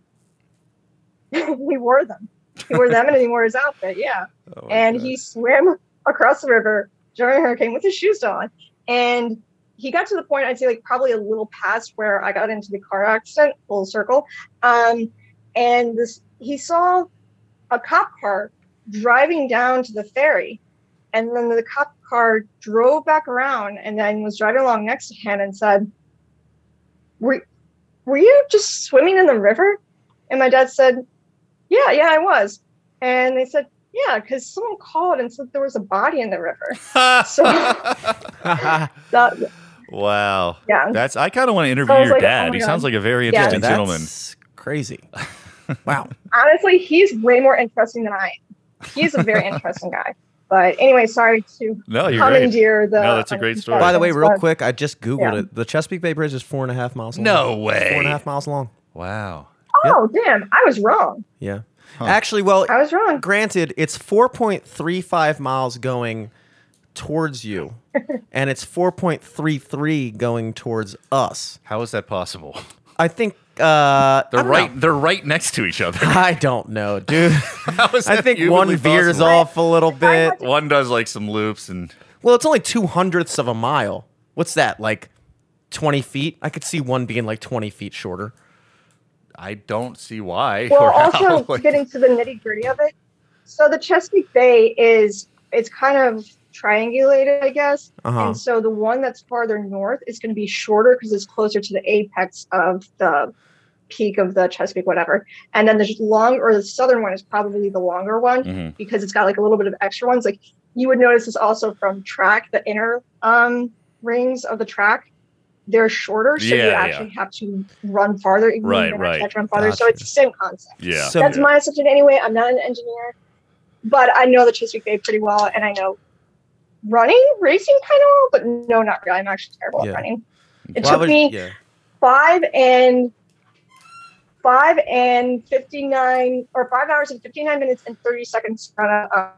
Speaker 4: he wore them. He wore them and he wore his outfit. Yeah,
Speaker 1: Oh my
Speaker 4: and
Speaker 1: God.
Speaker 4: he swam across the river during a hurricane with his shoes on. And he got to the point I'd say like probably a little past where I got into the car accident, full circle. Um, and this he saw a cop car driving down to the ferry. And then the cop car drove back around and then was driving along next to him and said, Were, were you just swimming in the river? And my dad said, Yeah, yeah, I was. And they said, Yeah, because someone called and said there was a body in the river. So- That,
Speaker 1: wow.
Speaker 4: yeah.
Speaker 1: That's I kind of want to interview
Speaker 4: I was
Speaker 1: your
Speaker 4: like, oh
Speaker 1: dad.
Speaker 4: my
Speaker 1: he
Speaker 4: God.
Speaker 1: sounds like a very
Speaker 4: Yeah,
Speaker 1: interesting gentleman.
Speaker 3: that's crazy. Wow.
Speaker 4: Honestly, he's way more interesting than I am. He's a very interesting guy. But anyway, sorry to
Speaker 1: No, you're right.
Speaker 4: commandeer the.
Speaker 1: No, that's a great story.
Speaker 3: By the way, real
Speaker 4: But-
Speaker 3: quick, I just googled
Speaker 4: Yeah.
Speaker 3: it. The Chesapeake Bay Bridge is four and a half miles long.
Speaker 1: No
Speaker 3: Four and
Speaker 1: way.
Speaker 3: a half miles long.
Speaker 1: Wow.
Speaker 4: Oh, damn. I was wrong.
Speaker 3: Yeah.
Speaker 1: Huh.
Speaker 3: Actually, well,
Speaker 4: I was wrong.
Speaker 3: granted, it's 4.35 miles going towards you, and it's 4.33 going towards us.
Speaker 1: How is that possible?
Speaker 3: I think uh, I
Speaker 1: They're
Speaker 3: don't
Speaker 1: right.
Speaker 3: know.
Speaker 1: They're right next to each other.
Speaker 3: I don't know, dude.
Speaker 1: How is
Speaker 3: I
Speaker 1: that
Speaker 3: think
Speaker 1: humanly
Speaker 3: one veers
Speaker 1: possible?
Speaker 3: off a little bit.
Speaker 1: One does like some loops and
Speaker 3: Well, it's only two hundredths of a mile. What's that like? Twenty feet? I could see one being like twenty feet shorter.
Speaker 1: I don't see why.
Speaker 4: well
Speaker 1: or how.
Speaker 3: Oh,
Speaker 4: also
Speaker 1: Like,
Speaker 4: getting to the nitty gritty of it so the chesapeake bay is it's kind of triangulated i guess
Speaker 3: Uh huh.
Speaker 4: and so the one that's farther north is going to be shorter because it's closer to the apex of the peak of the chesapeake whatever and then the long or the southern one is probably the longer one
Speaker 1: Mhm.
Speaker 4: because it's got like a little bit of extra ones like you would notice this also from track the inner um rings of the track they're shorter so
Speaker 1: Yeah,
Speaker 4: you
Speaker 1: yeah.
Speaker 4: actually have to run farther even when
Speaker 1: Right,
Speaker 4: you're not
Speaker 1: right.
Speaker 4: trying to run farther so
Speaker 3: Gotcha.
Speaker 4: it's the same concept
Speaker 1: yeah.
Speaker 3: So-
Speaker 4: that's
Speaker 1: yeah.
Speaker 4: my assumption anyway. I'm not an engineer, but I know the Chesapeake Bay pretty well, and I know running, racing kind of well, but no, not really. I'm actually terrible
Speaker 3: Yeah.
Speaker 4: at running. It
Speaker 3: Why
Speaker 4: took
Speaker 3: would-
Speaker 4: me
Speaker 3: yeah.
Speaker 4: five and five and fifty nine or five hours and fifty nine minutes and thirty seconds to run a um,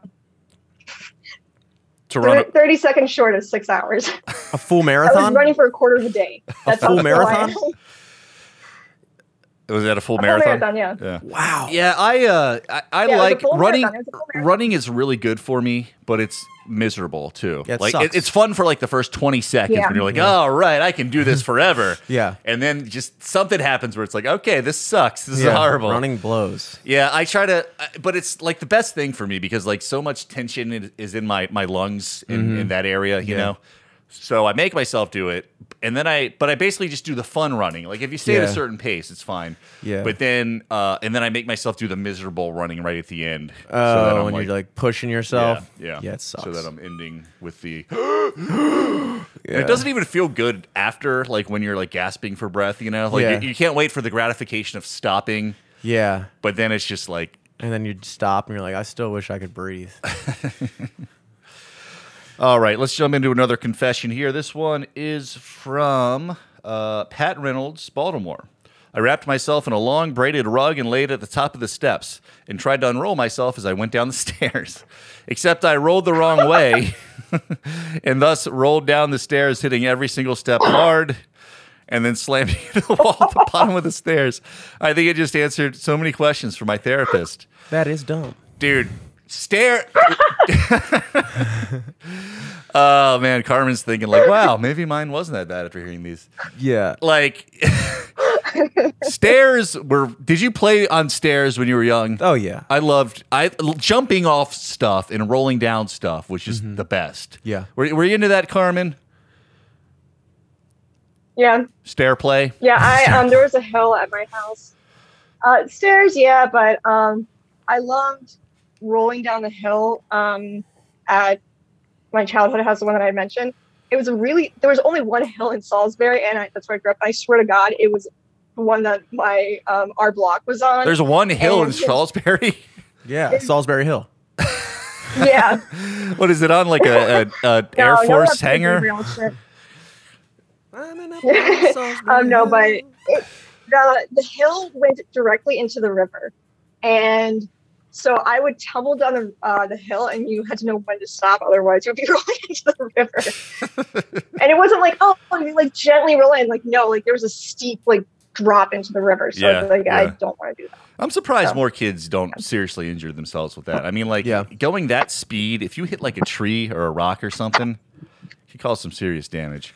Speaker 1: to run.
Speaker 4: thir-
Speaker 1: a-
Speaker 4: thirty seconds short of six hours.
Speaker 3: a full
Speaker 4: I was
Speaker 3: marathon.
Speaker 4: running for a quarter of a day. That's
Speaker 3: full
Speaker 4: how slow I
Speaker 3: marathon?
Speaker 4: am.
Speaker 1: Was that a full
Speaker 4: A full
Speaker 1: marathon?
Speaker 4: marathon, yeah.
Speaker 1: Yeah.
Speaker 3: Wow.
Speaker 1: Yeah, I uh, I, I
Speaker 4: Yeah, it was a
Speaker 1: like
Speaker 4: full
Speaker 1: running.
Speaker 4: marathon. It was a full marathon.
Speaker 1: Running is really good for me, but it's miserable too.
Speaker 3: Yeah, it
Speaker 1: like
Speaker 3: sucks.
Speaker 1: it's fun for like the first twenty seconds
Speaker 4: Yeah.
Speaker 1: when you're like, "All right, I can do this forever."
Speaker 3: Yeah.
Speaker 1: and then just something happens where it's like, "Okay, this sucks. This is
Speaker 3: Yeah,
Speaker 1: horrible."
Speaker 3: Running blows.
Speaker 1: Yeah, I try to, I- but it's like the best thing for me because like so much tension i- is in my my lungs in,
Speaker 3: Mm-hmm.
Speaker 1: in that area, you know. So I make myself do it, and then I, but I basically just do the fun running. Like if you stay at
Speaker 3: Yeah.
Speaker 1: a certain pace, it's fine.
Speaker 3: Yeah.
Speaker 1: But then, uh, and then I make myself do the miserable running right at the end.
Speaker 3: Oh, when you're like pushing yourself.
Speaker 1: yeah, yeah,
Speaker 3: Yeah, it sucks.
Speaker 1: So that I'm ending with the. And it doesn't even feel good after, like when you're like gasping for breath, you know. Like
Speaker 3: Yeah.
Speaker 1: you, you can't wait for the gratification of stopping,
Speaker 3: yeah.
Speaker 1: but then it's just like
Speaker 3: And then you stop and you're like, I still wish I could breathe.
Speaker 1: All right, let's jump into another confession here. This one is from uh, Pat Reynolds, Baltimore. I wrapped myself in a long braided rug and laid at the top of the steps and tried to unroll myself as I went down the stairs. Except I rolled the wrong way and thus rolled down the stairs, hitting every single step hard and then slamming into the wall at the bottom of the stairs. I think it just answered so many questions for my therapist
Speaker 3: That is dumb.
Speaker 1: dude stare oh man carmen's thinking like wow maybe mine wasn't that bad after hearing these
Speaker 3: Yeah.
Speaker 1: like stairs were did you play on stairs when you were young
Speaker 3: Oh yeah.
Speaker 1: i loved i jumping off stuff and rolling down stuff was just the best
Speaker 3: Yeah.
Speaker 1: were, were you into that carmen
Speaker 4: Yeah.
Speaker 1: stair play
Speaker 4: Yeah, I um there was a hill at my house. Uh stairs, yeah, but um I loved rolling down the hill um at my childhood house, the one that I mentioned. It was a really there was only one hill in Salisbury and I, that's where I grew up. I swear to god, it was the one that my um our block was on.
Speaker 1: there's one hill in
Speaker 4: And-
Speaker 1: salisbury
Speaker 3: Yeah. Salisbury Hill.
Speaker 4: yeah.
Speaker 1: what is it on like a, a, a
Speaker 4: Uh, No,
Speaker 1: air
Speaker 4: no,
Speaker 1: force
Speaker 4: that's the
Speaker 1: hangar
Speaker 4: real shit.
Speaker 3: I'm in
Speaker 4: upper
Speaker 3: Salisbury
Speaker 4: Um, no, but
Speaker 1: mm-hmm.
Speaker 4: it, the the hill went directly into the river, and so I would tumble down the uh, the hill, and you had to know when to stop, otherwise you'd be rolling into the river. and it wasn't like oh, you, like gently roll in, like no, like there was a steep like drop into the river. So I was
Speaker 1: Yeah,
Speaker 4: like, I
Speaker 1: yeah.
Speaker 4: don't want to do that.
Speaker 1: I'm surprised
Speaker 4: So-
Speaker 1: more kids don't seriously injure themselves with that. I mean, like
Speaker 3: Yeah.
Speaker 1: going that speed, if you hit like a tree or a rock or something, it could cause some serious damage.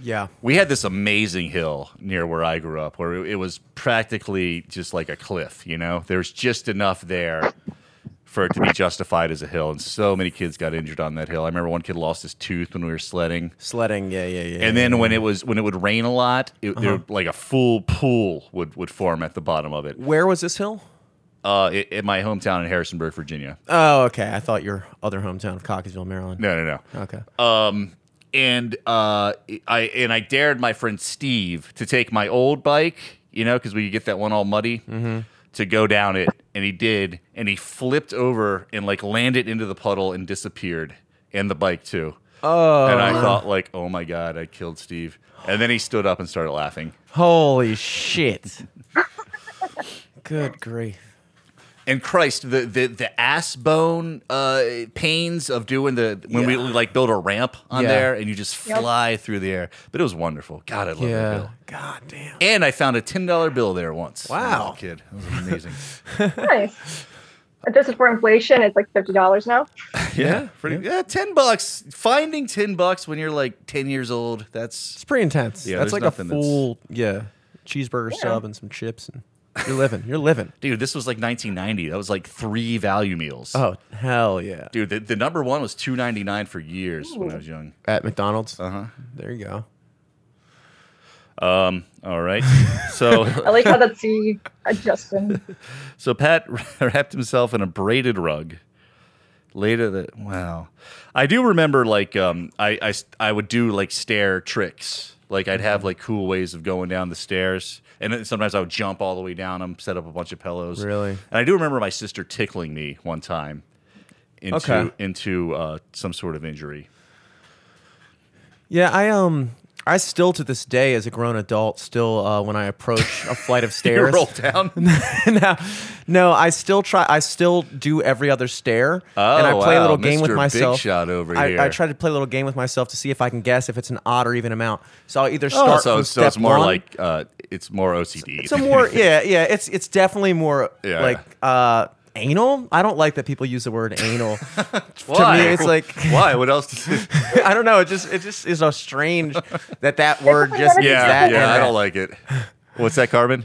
Speaker 3: yeah.
Speaker 1: We had this amazing hill near where I grew up where it it was practically just like a cliff, you know? There's just enough there for it to be justified as a hill. And so many kids got injured on that hill. I remember one kid lost his tooth when we were sledding.
Speaker 3: Sledding. Yeah, yeah, yeah.
Speaker 1: And then when it was when it would rain a lot, it, there, like a full pool would, would form at the bottom of it.
Speaker 3: where was this hill?
Speaker 1: Uh, i- in my hometown in Harrisonburg, Virginia.
Speaker 3: Oh, okay. I thought your other hometown of Cockeysville, Maryland.
Speaker 1: No, no, no.
Speaker 3: Okay.
Speaker 1: Um, and uh, I and I dared my friend Steve to take my old bike, you know, because we could get that one all muddy, to go down it, and he did, and he flipped over and like landed into the puddle and disappeared, and the bike too.
Speaker 3: Oh,
Speaker 1: and I thought like, oh my god, I killed Steve. And then he stood up and started laughing.
Speaker 3: holy shit. Good grief.
Speaker 1: And Christ, the the, the ass bone uh, pains of doing the when we
Speaker 3: Yeah.
Speaker 1: like build a ramp on
Speaker 3: Yeah.
Speaker 1: there and you just
Speaker 4: Yep.
Speaker 1: fly through the air. But it was wonderful. God, I love that
Speaker 3: Yeah.
Speaker 1: hill.
Speaker 3: God damn.
Speaker 1: And I found a ten dollar bill there once. when I was a
Speaker 3: Wow.
Speaker 1: kid, that was amazing.
Speaker 4: Nice. But this is for inflation. It's like fifty dollars now.
Speaker 1: yeah, pretty. Yeah, ten bucks. Finding ten bucks when you're like ten years old. That's
Speaker 3: It's pretty intense.
Speaker 1: Yeah,
Speaker 3: that's
Speaker 1: there's
Speaker 3: like a
Speaker 1: nothing that's-
Speaker 3: full yeah cheeseburger sub and some chips, and you're living. You're living.
Speaker 1: dude. This was like 1990. That was like three value meals.
Speaker 3: Oh hell yeah!
Speaker 1: Dude, the, the number one was two ninety nine for years when I was young.
Speaker 3: At McDonald's.
Speaker 1: Uh huh.
Speaker 3: There you go.
Speaker 1: All right. So
Speaker 4: I like how that's the adjustment.
Speaker 1: So Pat wrapped himself in a braided rug. Later that wow, I do remember like um I I s- I would do like stair tricks. Like I'd
Speaker 3: Mm-hmm.
Speaker 1: have like cool ways of going down the stairs, and then sometimes I would jump all the way down them, set up a bunch of pillows.
Speaker 3: Really?
Speaker 1: And I do remember my sister tickling me one time into
Speaker 3: Okay.
Speaker 1: into uh, some sort of injury.
Speaker 3: Yeah, I um I still, to this day, as a grown adult, still uh, when I approach a flight of
Speaker 1: You
Speaker 3: stairs,
Speaker 1: roll down.
Speaker 3: no, no, I still try. I still do every other stair,
Speaker 1: Oh,
Speaker 3: and I play
Speaker 1: wow,
Speaker 3: a little game
Speaker 1: Mr.
Speaker 3: with
Speaker 1: Big
Speaker 3: myself.
Speaker 1: Shot over
Speaker 3: I,
Speaker 1: here.
Speaker 3: I try to play a little game with myself to see if I can guess if it's an odd or even amount. So I'll either start
Speaker 1: Oh, so,
Speaker 3: from
Speaker 1: so
Speaker 3: step
Speaker 1: it's more
Speaker 3: one.
Speaker 1: like uh, it's more OCD.
Speaker 3: it's a more yeah yeah it's it's definitely more
Speaker 1: Yeah.
Speaker 3: like uh anal. I don't like that people use the word anal.
Speaker 1: Why?
Speaker 3: To me, it's like
Speaker 1: why? What else? Does
Speaker 3: I don't know. It just it just is so strange that that word just means
Speaker 1: yeah,
Speaker 3: that.
Speaker 1: yeah.
Speaker 3: and
Speaker 1: I
Speaker 3: that.
Speaker 1: don't like it. What's that, Carmen?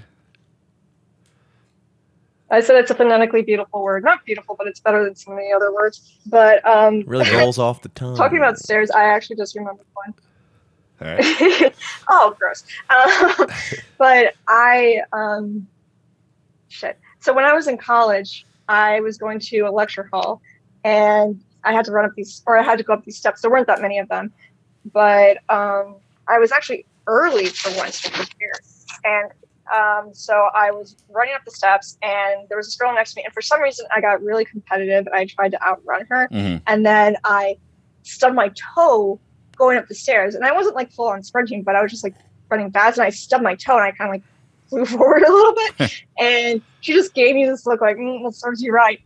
Speaker 4: I said it's a phonetically beautiful word. Not beautiful, but it's better than so many other words. But um,
Speaker 3: Really rolls off the tongue.
Speaker 4: talking about stairs, I actually just remembered one.
Speaker 1: All right.
Speaker 4: oh, gross. Um, but I, um, shit. So when I was in college, I was going to a lecture hall and I had to run up these, or I had to go up these steps. There weren't that many of them, but um, I was actually early for once to prepare. And um, so I was running up the steps and there was this girl next to me. And for some reason, I got really competitive and I tried to outrun her
Speaker 1: Mhm.
Speaker 4: and then I stubbed my toe going up the stairs. And I wasn't like full on sprinting, but I was just like running fast, and I stubbed my toe, and I kind of like flew forward a little bit. and she just gave me this look like, mm, "That serves you right."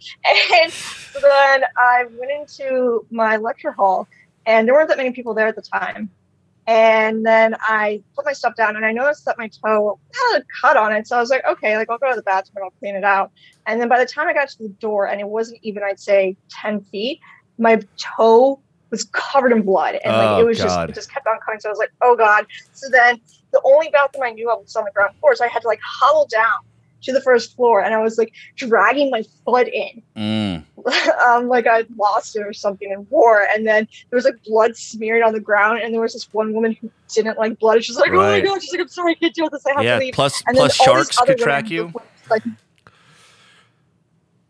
Speaker 4: And so then I went into my lecture hall, and there weren't that many people there at the time. And then I put my stuff down, and I noticed that my toe had a cut on it. So I was like, "Okay, like I'll go to the bathroom, and I'll clean it out." And then by the time I got to the door, and it wasn't even, I'd say, ten feet, my toe was covered in blood, and like
Speaker 1: Oh,
Speaker 4: it was
Speaker 1: God.
Speaker 4: just it just kept on coming. So I was like, "Oh God!" So then the only bathroom I knew of was on the ground floor, so I had to like hobble down to the first floor, and I was like dragging my foot in,
Speaker 1: Mm.
Speaker 4: um, like I lost it or something in war. And then there was like blood smeared on the ground, and there was this one woman who didn't like blood. She's like, "Oh my
Speaker 1: Right.
Speaker 4: God!" She's like, "I'm sorry, I can't deal with this. I have
Speaker 1: Yeah.
Speaker 4: to leave."
Speaker 1: Plus,
Speaker 4: And
Speaker 1: plus
Speaker 4: all these
Speaker 1: sharks
Speaker 4: other
Speaker 1: could track
Speaker 4: women
Speaker 1: you.
Speaker 4: were, like-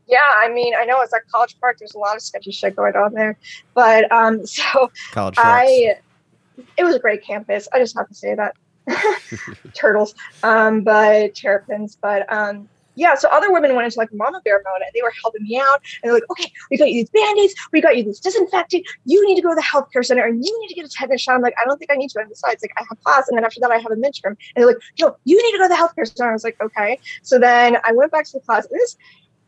Speaker 4: yeah, I mean, I know it's like College Park. There's a lot of sketchy shit going on there, but um, so
Speaker 3: college sharks.
Speaker 4: I, it was a great campus. I just have to say that turtles, um, but terrapins, but um, yeah. So other women went into like mama bear mode, and they were helping me out, and they're like, "Okay, we got you these band-aids, we got you this disinfectant. You need to go to the healthcare center, and you need to get a tetanus shot." I'm like, "I don't think I need to." And besides, like, I have class, and then after that, I have a midterm, and they're like, "No, you need to go to the healthcare center." I was like, "Okay." So then I went back to the class. and This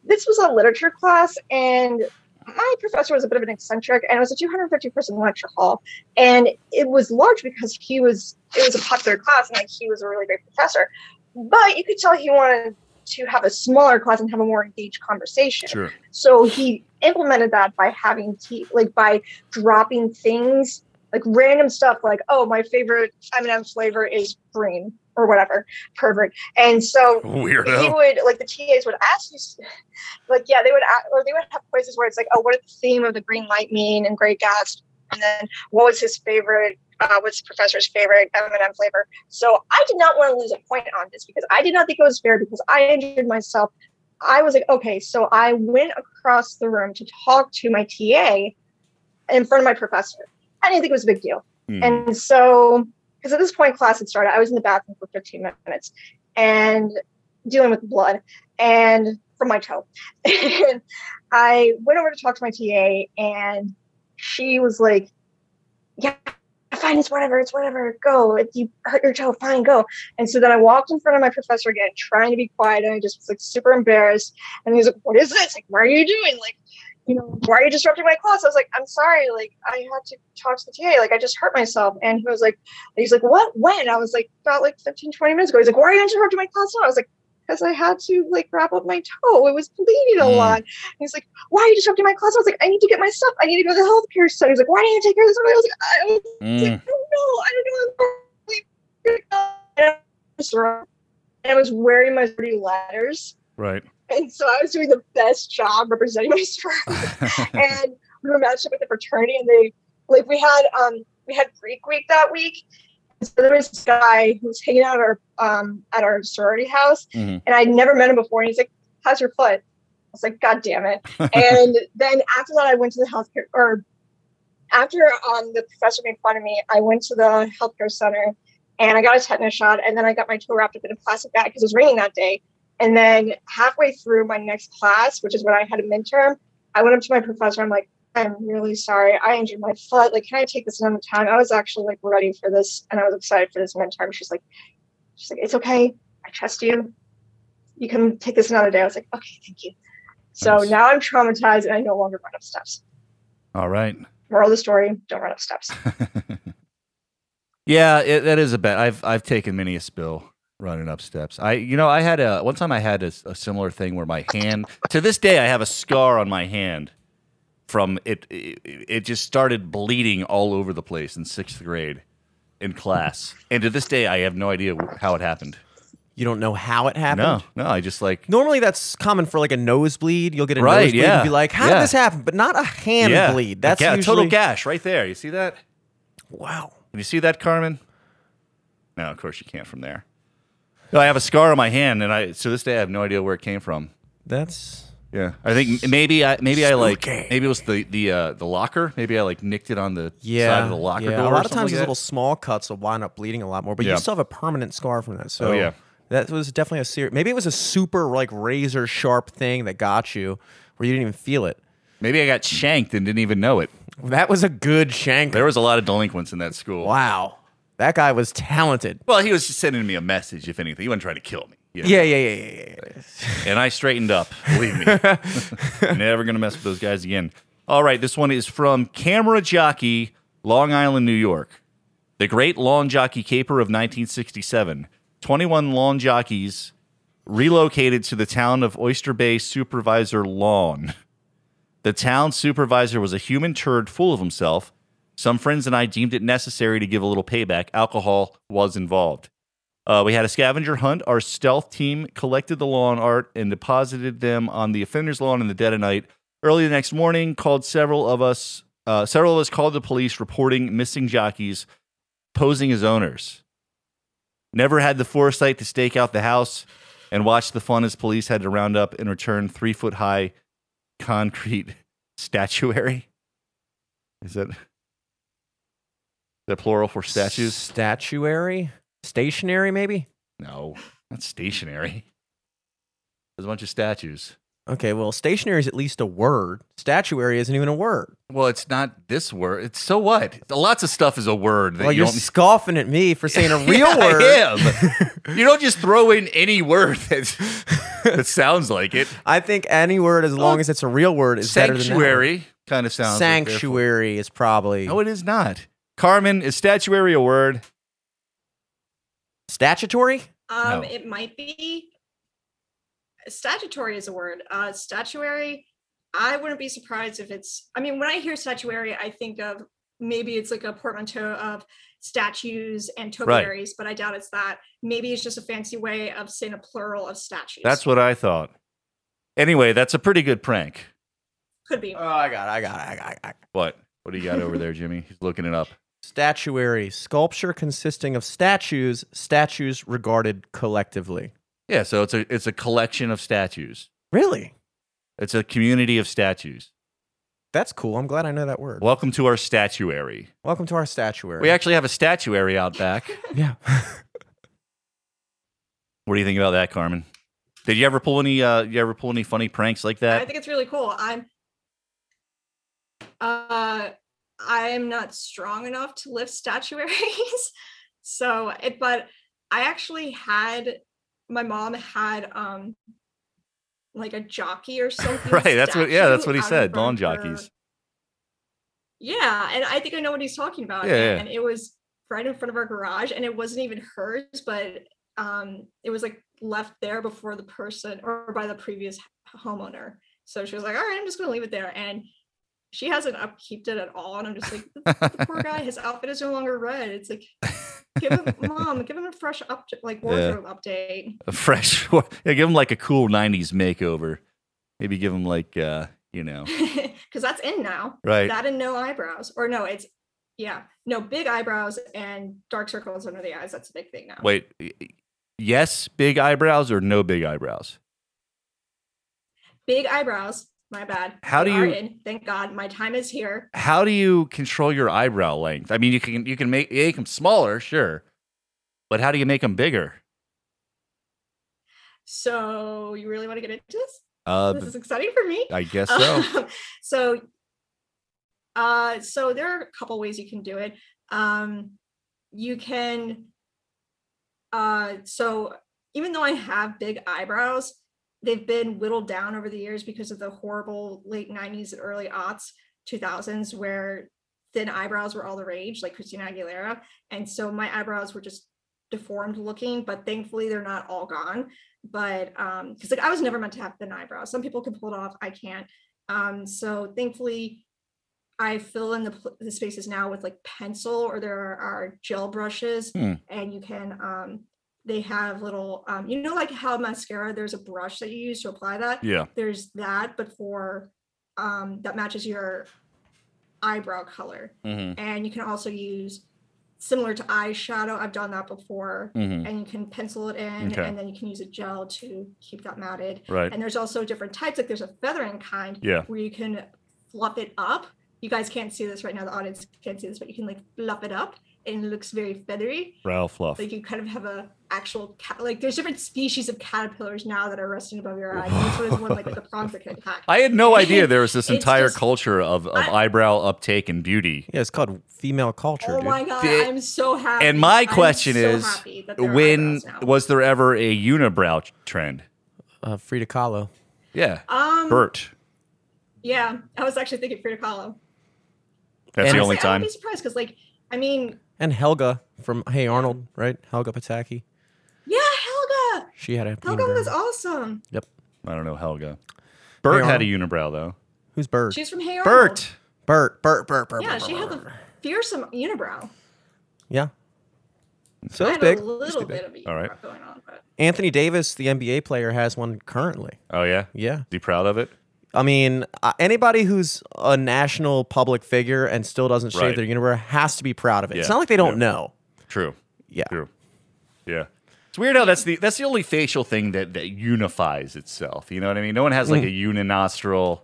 Speaker 4: this was a literature class, and my professor was a bit of an eccentric, and it was a 250 person lecture hall, and it was large because he was it was a popular class, and like he was a really great professor, but you could tell he wanted to have a smaller class and have a more engaged conversation.
Speaker 1: Sure.
Speaker 4: So he implemented that by having tea, like by dropping things, like random stuff, like oh, my favorite M&M flavor is green or whatever, pervert. And so he
Speaker 1: Weirdo.
Speaker 4: would like the TAs would ask you, like yeah, they would a or they would have quizzes where it's like, oh, what did the theme of the green light mean and Great Gatsby, and then what was his favorite, uh, what's the professor's favorite M and M flavor. So I did not want to lose a point on this because I did not think it was fair because I injured myself. I was like, okay, so I went across the room to talk to my TA in front of my professor. I didn't think it was a big deal.
Speaker 1: Mm.
Speaker 4: And so, because at this point class had started, I was in the bathroom for 15 minutes and dealing with blood and from my toe. and I went over to talk to my TA and she was like, yeah, fine, it's whatever, it's whatever, go. If you hurt your toe, fine, go. And so then I walked in front of my professor again, trying to be quiet, and I just was like super embarrassed. And he was like, What is this? Like, why are you doing? Like, you know, why are you disrupting my class? I was like, I'm sorry, like I had to talk to the TA, like I just hurt myself. And he was like, he's like, What? When? I was like, about like 15, 20 minutes ago. He's like, Why are you interrupting my class now? I was like, because I had to like wrap up my toe. It was bleeding a
Speaker 1: Mm.
Speaker 4: lot. And he's like, Why are you disrupting my class? I was like, I need to get my stuff. I need to go to the healthcare center. He's like, Why do not you take care of this? I was like, I I was
Speaker 1: Mm.
Speaker 4: like, I don't know. I don't know. I'm really- And I was wearing my dirty letters.
Speaker 1: Right.
Speaker 4: And so I was doing the best job representing my fraternity. and we were matched up with the fraternity and they like we had um we had Greek week that week. And so there was this guy who was hanging out at our um at our sorority house
Speaker 1: Mhm.
Speaker 4: and I'd never met him before and he's like, How's your foot? I was like, God damn it. and then after that I went to the healthcare or after um the professor made fun of me, I went to the healthcare center and I got a tetanus shot and then I got my toe wrapped up in a plastic bag because it was raining that day. And then halfway through my next class, which is when I had a midterm, I went up to my professor. I'm like,
Speaker 5: I'm really sorry. I injured my foot. Like, can I take this another time? I was actually like ready for this and I was excited for this mentor. She's like, she's like, it's okay. I trust you. You can take this another day. I was like, okay, thank you. So
Speaker 1: Nice.
Speaker 5: now I'm traumatized and I no longer run up steps.
Speaker 1: All right.
Speaker 5: Moral of the story, don't run up steps.
Speaker 1: yeah, it, that is a bet. I've I've taken many a spill running up steps. I you know I had a one time I had a, s- a similar thing where my hand to this day I have a scar on my hand from it, it it just started bleeding all over the place in sixth grade in class and to this day I have no idea wh- how it happened.
Speaker 3: You don't know how it happened.
Speaker 1: No, no, I just like
Speaker 3: Normally, that's common for like a nosebleed. You'll get a
Speaker 1: Right,
Speaker 3: nosebleed
Speaker 1: yeah,
Speaker 3: and be like, "How did
Speaker 1: yeah.
Speaker 3: this happen?" But not a hand
Speaker 1: yeah,
Speaker 3: bleed.
Speaker 1: a
Speaker 3: That's
Speaker 1: ga- a
Speaker 3: usually
Speaker 1: total gash right there. You see that?
Speaker 3: wow.
Speaker 1: Can you see that, Carmen? No, of course you can't from there. No, I have a scar on my hand, and I to this day I have no idea where it came from.
Speaker 3: That's
Speaker 1: Yeah, I think m- maybe I maybe I like
Speaker 3: Spooky.
Speaker 1: maybe it was the the uh, the locker. Maybe I like nicked it on the
Speaker 3: yeah.
Speaker 1: side of the locker
Speaker 3: yeah.
Speaker 1: door.
Speaker 3: A
Speaker 1: or
Speaker 3: lot of
Speaker 1: something
Speaker 3: times,
Speaker 1: like
Speaker 3: these
Speaker 1: that.
Speaker 3: little small cuts will wind up bleeding a lot more. But
Speaker 1: Yeah. Oh,
Speaker 3: you still have a permanent scar from that. So
Speaker 1: yeah.
Speaker 3: that was definitely a serious. Maybe it was a super like razor sharp thing that got you where you didn't even feel it.
Speaker 1: maybe I got shanked and didn't even know it.
Speaker 3: That was a good shank.
Speaker 1: There was a lot of delinquents in that school.
Speaker 3: wow, that guy was talented.
Speaker 1: Well, he was just sending me a message, if anything. He wasn't trying to kill me. you know?
Speaker 3: Yeah, yeah, yeah, yeah, yeah. yeah.
Speaker 1: and I straightened up. Believe me, never gonna mess with those guys again. All right, this one is from Camera Jockey, Long Island, New York. The Great Lawn Jockey Caper of 1967. 21 lawn jockeys relocated to the town of Oyster Bay Supervisor Lawn. The town supervisor was a human turd full of himself. Some friends and I deemed it necessary to give a little payback. Alcohol was involved. Uh, we had a scavenger hunt. Our stealth team collected the lawn art and deposited them on the offender's lawn in the dead of night. Early the next morning, called several of us. Uh, several of us called the police, reporting missing jockeys posing as owners. Never had the foresight to stake out the house and watch the fun as police had to round up and return three foot high concrete statuary. Is that is that plural for statues?
Speaker 3: statuary, stationary, maybe.
Speaker 1: No, not stationary. There's a bunch of statues.
Speaker 3: Okay, well, stationary is at least a word. Statuary isn't even a word.
Speaker 1: Well, it's not this word. It's so what? Lots of stuff is a word that
Speaker 3: Well,
Speaker 1: you
Speaker 3: you're
Speaker 1: don't
Speaker 3: scoffing at me for saying a real
Speaker 1: Yeah, I
Speaker 3: word.
Speaker 1: am. you don't just throw in any word that's, that sounds like it.
Speaker 3: I think any word, as long as it's a real word, is better
Speaker 1: Sanctuary kind of
Speaker 3: than that.
Speaker 1: sounds. like they're-
Speaker 3: Sanctuary is probably
Speaker 1: no, it is not. Carmen, is statuary a word?
Speaker 3: statutory.
Speaker 1: No.
Speaker 4: Um, it might be statutory is a word. Uh, statuary. I wouldn't be surprised if it's. I mean, when I hear statuary, I think of maybe it's like a portmanteau of statues and
Speaker 1: Right.
Speaker 4: topiaries, but I doubt it's that. Maybe it's just a fancy way of saying a plural of statues.
Speaker 1: That's what I thought. Anyway, that's a pretty good prank.
Speaker 4: could be.
Speaker 3: Oh, I got, it, I got, it, I got, it, I got. it.
Speaker 1: What? What do you got over there, Jimmy? He's looking it up.
Speaker 3: Statuary, sculpture consisting of statues, statues regarded collectively.
Speaker 1: Yeah, so it's a it's a collection of statues.
Speaker 3: Really?
Speaker 1: It's a community of statues.
Speaker 3: That's cool. I'm glad I know that word.
Speaker 1: Welcome to our statuary.
Speaker 3: Welcome to our statuary.
Speaker 1: We actually have a statuary out back.
Speaker 3: yeah.
Speaker 1: What do you think about that, Carmen? Did you ever pull any? Uh, you ever pull any funny pranks like
Speaker 4: I
Speaker 1: that?
Speaker 4: think it's really cool. I'm uh I'm not strong enough to lift statuaries. so it but I actually had my mom had um like a jockey or something.
Speaker 1: Right, that's what- yeah, that's
Speaker 4: statue
Speaker 1: what he
Speaker 4: out in
Speaker 1: said, lawn
Speaker 4: front of her-
Speaker 1: jockeys.
Speaker 4: Yeah, and I think I know what he's talking about.
Speaker 1: Yeah, yeah.
Speaker 4: And it was right in front of our garage and it wasn't even hers, but um it was like left there before the person or by the previous h- homeowner. So she was like, all right, I'm just gonna leave it there. And she hasn't upkeeped it at all. And I'm just like, the poor guy, his outfit is no longer red. It's like give him mom, give him a fresh up like wardrobe update.
Speaker 1: A fresh. yeah, give him like a cool '90s makeover. Maybe give him like uh, you know,
Speaker 4: Cause that's in now.
Speaker 1: right?
Speaker 4: That and no eyebrows. Or no, it's yeah, no big eyebrows and dark circles under the eyes. That's a big thing now.
Speaker 1: Wait, y- y- yes, big eyebrows or no big eyebrows?
Speaker 4: Big eyebrows. My bad.
Speaker 1: How
Speaker 4: They
Speaker 1: do
Speaker 4: are
Speaker 1: you-
Speaker 4: in. Thank God, my time is here.
Speaker 1: How do you control your eyebrow length? I mean, you can you can make make them smaller, sure, but how do you make them bigger?
Speaker 4: So you really want to get into this?
Speaker 1: Uh,
Speaker 4: This is exciting for me.
Speaker 1: I guess so.
Speaker 4: so Uh, so there are a couple ways you can do it. Um, you can, uh, so even though I have big eyebrows, they've been whittled down over the years because of the horrible late 90s, early aughts, 2000s, where thin eyebrows were all the rage, like Christina Aguilera. And so my eyebrows were just deformed looking, but thankfully they're not all gone. But um, because like I was never meant to have thin eyebrows. Some people can pull it off, I can't. Um, so thankfully I fill in the, pl- the spaces now with like pencil or there are, are gel brushes
Speaker 1: Hmm.
Speaker 4: and you can um they have little um you know like how mascara there's a brush that you use to apply that
Speaker 1: Yeah.
Speaker 4: there's that but for um that matches your eyebrow color
Speaker 1: Mm-hmm.
Speaker 4: and you can also use similar to eyeshadow i've done that before
Speaker 1: Mm-hmm.
Speaker 4: and you can pencil it in
Speaker 1: Okay.
Speaker 4: and then you can use a gel to keep that matted
Speaker 1: Right.
Speaker 4: and there's also different types like there's a feathering kind
Speaker 1: Yeah.
Speaker 4: where you can fluff it up you guys can't see this right now the audience can't see this but you can like fluff it up and it looks very feathery
Speaker 1: Brow fluff.
Speaker 4: like you kind of have a actual cat like there's different species of caterpillars now that are resting above your eyes and this one is one like with a prosthetic attack
Speaker 1: I had no idea there was this
Speaker 4: It's
Speaker 1: entire
Speaker 4: just-
Speaker 1: culture of, of
Speaker 4: I-
Speaker 1: eyebrow uptake and beauty.
Speaker 3: Yeah, it's called female culture,
Speaker 4: oh
Speaker 3: dude.
Speaker 4: my god
Speaker 1: Did-
Speaker 4: i'm so happy
Speaker 1: And my
Speaker 4: I'm
Speaker 1: question
Speaker 4: so
Speaker 1: is,
Speaker 4: happy that there are
Speaker 1: When
Speaker 4: eyebrows now.
Speaker 1: was there ever a unibrow t- trend?
Speaker 3: Uh, Frida Kahlo.
Speaker 1: Yeah.
Speaker 4: um
Speaker 1: Bert.
Speaker 4: yeah i was actually thinking frida kahlo
Speaker 1: That's
Speaker 3: And-
Speaker 1: the
Speaker 4: Honestly,
Speaker 1: only
Speaker 4: i
Speaker 1: time.
Speaker 4: wouldn't be surprised because like i mean
Speaker 3: And Helga from Hey Arnold, right? Helga Pataki.
Speaker 4: yeah helga
Speaker 3: She had a
Speaker 4: helga
Speaker 3: unibrow.
Speaker 4: was awesome
Speaker 1: I don't know, Helga. Bert had a
Speaker 3: Arnold.
Speaker 1: unibrow though.
Speaker 3: Who's Bert?
Speaker 4: she's from hey Arnold.
Speaker 1: Bert.
Speaker 3: Bert. Bert. Bert. Bert.
Speaker 4: yeah
Speaker 3: Bert,
Speaker 4: she
Speaker 3: Bert,
Speaker 4: had
Speaker 3: Bert.
Speaker 4: the fearsome unibrow
Speaker 3: Yeah. So
Speaker 4: i
Speaker 3: it's
Speaker 4: have
Speaker 3: big.
Speaker 4: a
Speaker 3: It's
Speaker 4: little
Speaker 3: pretty big.
Speaker 4: bit of a
Speaker 1: All right.
Speaker 4: unibrow going on but
Speaker 3: Anthony Davis, the NBA player, has one currently.
Speaker 1: Oh yeah.
Speaker 3: Yeah.
Speaker 1: Be proud of it.
Speaker 3: I mean, uh, anybody who's a national public figure and still doesn't shave
Speaker 1: Right.
Speaker 3: their unibrow has to be proud of it. It's
Speaker 1: Yeah,
Speaker 3: not like they don't
Speaker 1: yeah.
Speaker 3: know.
Speaker 1: True.
Speaker 3: Yeah.
Speaker 1: True. Yeah. It's weird how that's the that's the only facial thing that that unifies itself. You know what I mean? No one has like a uninostril.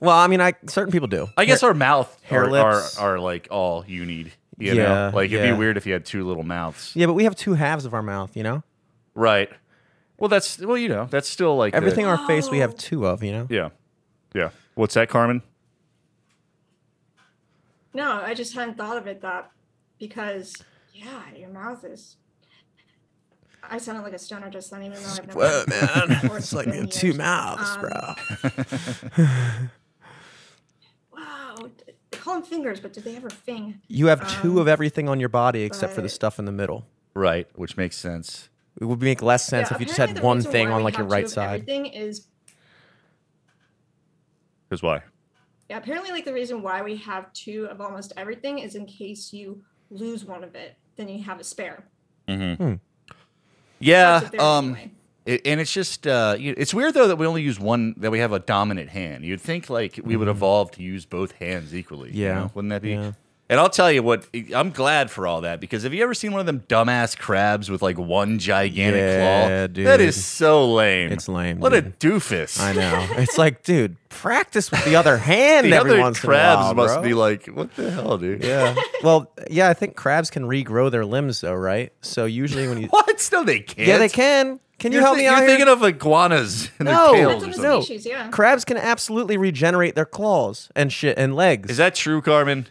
Speaker 3: Well, I mean, I certain people do.
Speaker 1: I guess our mouth
Speaker 3: hair
Speaker 1: are, are
Speaker 3: lips.
Speaker 1: are like all unied. You know,
Speaker 3: Yeah,
Speaker 1: like it'd
Speaker 3: yeah.
Speaker 1: be weird if you had two little mouths.
Speaker 3: Yeah, but we have two halves of our mouth, you know?
Speaker 1: Right. Well, that's well, you know, that's still like the-
Speaker 3: Everything on our face we have
Speaker 4: Wow.
Speaker 3: two of, you know?
Speaker 1: yeah. Yeah. What's that, Carmen?
Speaker 4: No, I just hadn't thought of it that because yeah, your mouth is. I sounded like a stoner just then, even though I've never.
Speaker 3: Whoa, man.
Speaker 4: Or
Speaker 3: it's like we have
Speaker 4: years.
Speaker 3: two mouths,
Speaker 4: Um,
Speaker 3: bro.
Speaker 4: Wow, d- they call them fingers, but do they ever fing?
Speaker 3: You have two
Speaker 4: um,
Speaker 3: of everything on your body except for the
Speaker 4: but-
Speaker 3: stuff in the middle.
Speaker 1: Right, which makes sense.
Speaker 3: It would make less sense
Speaker 4: Yeah,
Speaker 3: if you just
Speaker 4: apparently
Speaker 3: had
Speaker 4: the
Speaker 3: one
Speaker 4: reason
Speaker 3: thing
Speaker 4: why
Speaker 3: on
Speaker 4: we
Speaker 3: like your
Speaker 4: have two
Speaker 3: right
Speaker 4: of
Speaker 3: side.
Speaker 4: Everything is
Speaker 1: Because why?
Speaker 4: yeah. Apparently, like the reason why we have two of almost everything is in case you lose one of it, then you have a spare.
Speaker 3: Hmm.
Speaker 4: That's
Speaker 1: Mm-hmm. Yeah.
Speaker 4: what they're
Speaker 1: Um.
Speaker 4: doing.
Speaker 1: it- and it's just uh, you- it's weird though that we only use one that we have a dominant hand. You'd think like we would evolve to use both hands equally. you
Speaker 3: Mm-hmm. Yeah.
Speaker 1: know? wouldn't that be?
Speaker 3: Yeah.
Speaker 1: And I'll tell you what, I'm glad for all that because have you ever seen one of them dumbass crabs with like one gigantic
Speaker 3: Yeah,
Speaker 1: claw? That
Speaker 3: dude.
Speaker 1: is so lame.
Speaker 3: It's lame,
Speaker 1: What
Speaker 3: dude.
Speaker 1: a doofus.
Speaker 3: I know. It's like, dude, practice with the other hand
Speaker 1: The
Speaker 3: every
Speaker 1: other
Speaker 3: once
Speaker 1: crabs
Speaker 3: in a while,
Speaker 1: must
Speaker 3: bro.
Speaker 1: be like, what the hell, dude?
Speaker 3: Yeah. Well, yeah, I think crabs can regrow their limbs though, right? So usually when you
Speaker 1: What? No, they can't.
Speaker 3: Yeah, they can. Can you
Speaker 1: You're
Speaker 3: help
Speaker 1: thi-
Speaker 3: me out
Speaker 1: You're
Speaker 3: here?
Speaker 1: thinking of iguanas and their
Speaker 3: No.
Speaker 4: That's
Speaker 1: tails or
Speaker 4: what
Speaker 1: something.
Speaker 4: the
Speaker 3: No.
Speaker 4: species, yeah.
Speaker 3: Crabs can absolutely regenerate their claws and shit and legs.
Speaker 1: Is that true, Carmen?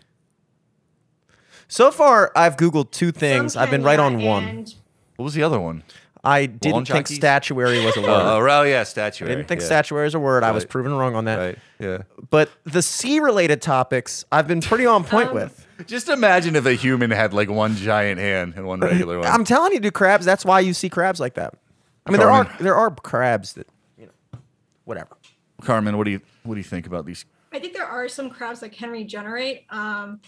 Speaker 3: so far, I've googled two things.
Speaker 4: Some
Speaker 3: I've been
Speaker 4: can,
Speaker 3: right
Speaker 4: yeah,
Speaker 3: on one.
Speaker 4: and-
Speaker 1: What was the other one?
Speaker 3: I didn't think
Speaker 1: jockeys?
Speaker 3: statuary was a word.
Speaker 1: Uh,
Speaker 3: I
Speaker 1: oh, yeah, statue.
Speaker 3: didn't think
Speaker 1: yeah.
Speaker 3: statuary is a word. I was
Speaker 1: Right.
Speaker 3: proven wrong on that.
Speaker 1: Right. Yeah.
Speaker 3: But the sea-related topics, I've been pretty on point with.
Speaker 1: Just imagine if a human had like one giant hand and one regular one.
Speaker 3: I'm telling you, dude, crabs. That's why you see crabs like that. I mean, there are
Speaker 1: Carmen.
Speaker 3: there are crabs that, you know, whatever.
Speaker 1: Carmen, what do you what do you think about these?
Speaker 4: I think there are some crabs that can regenerate. Um,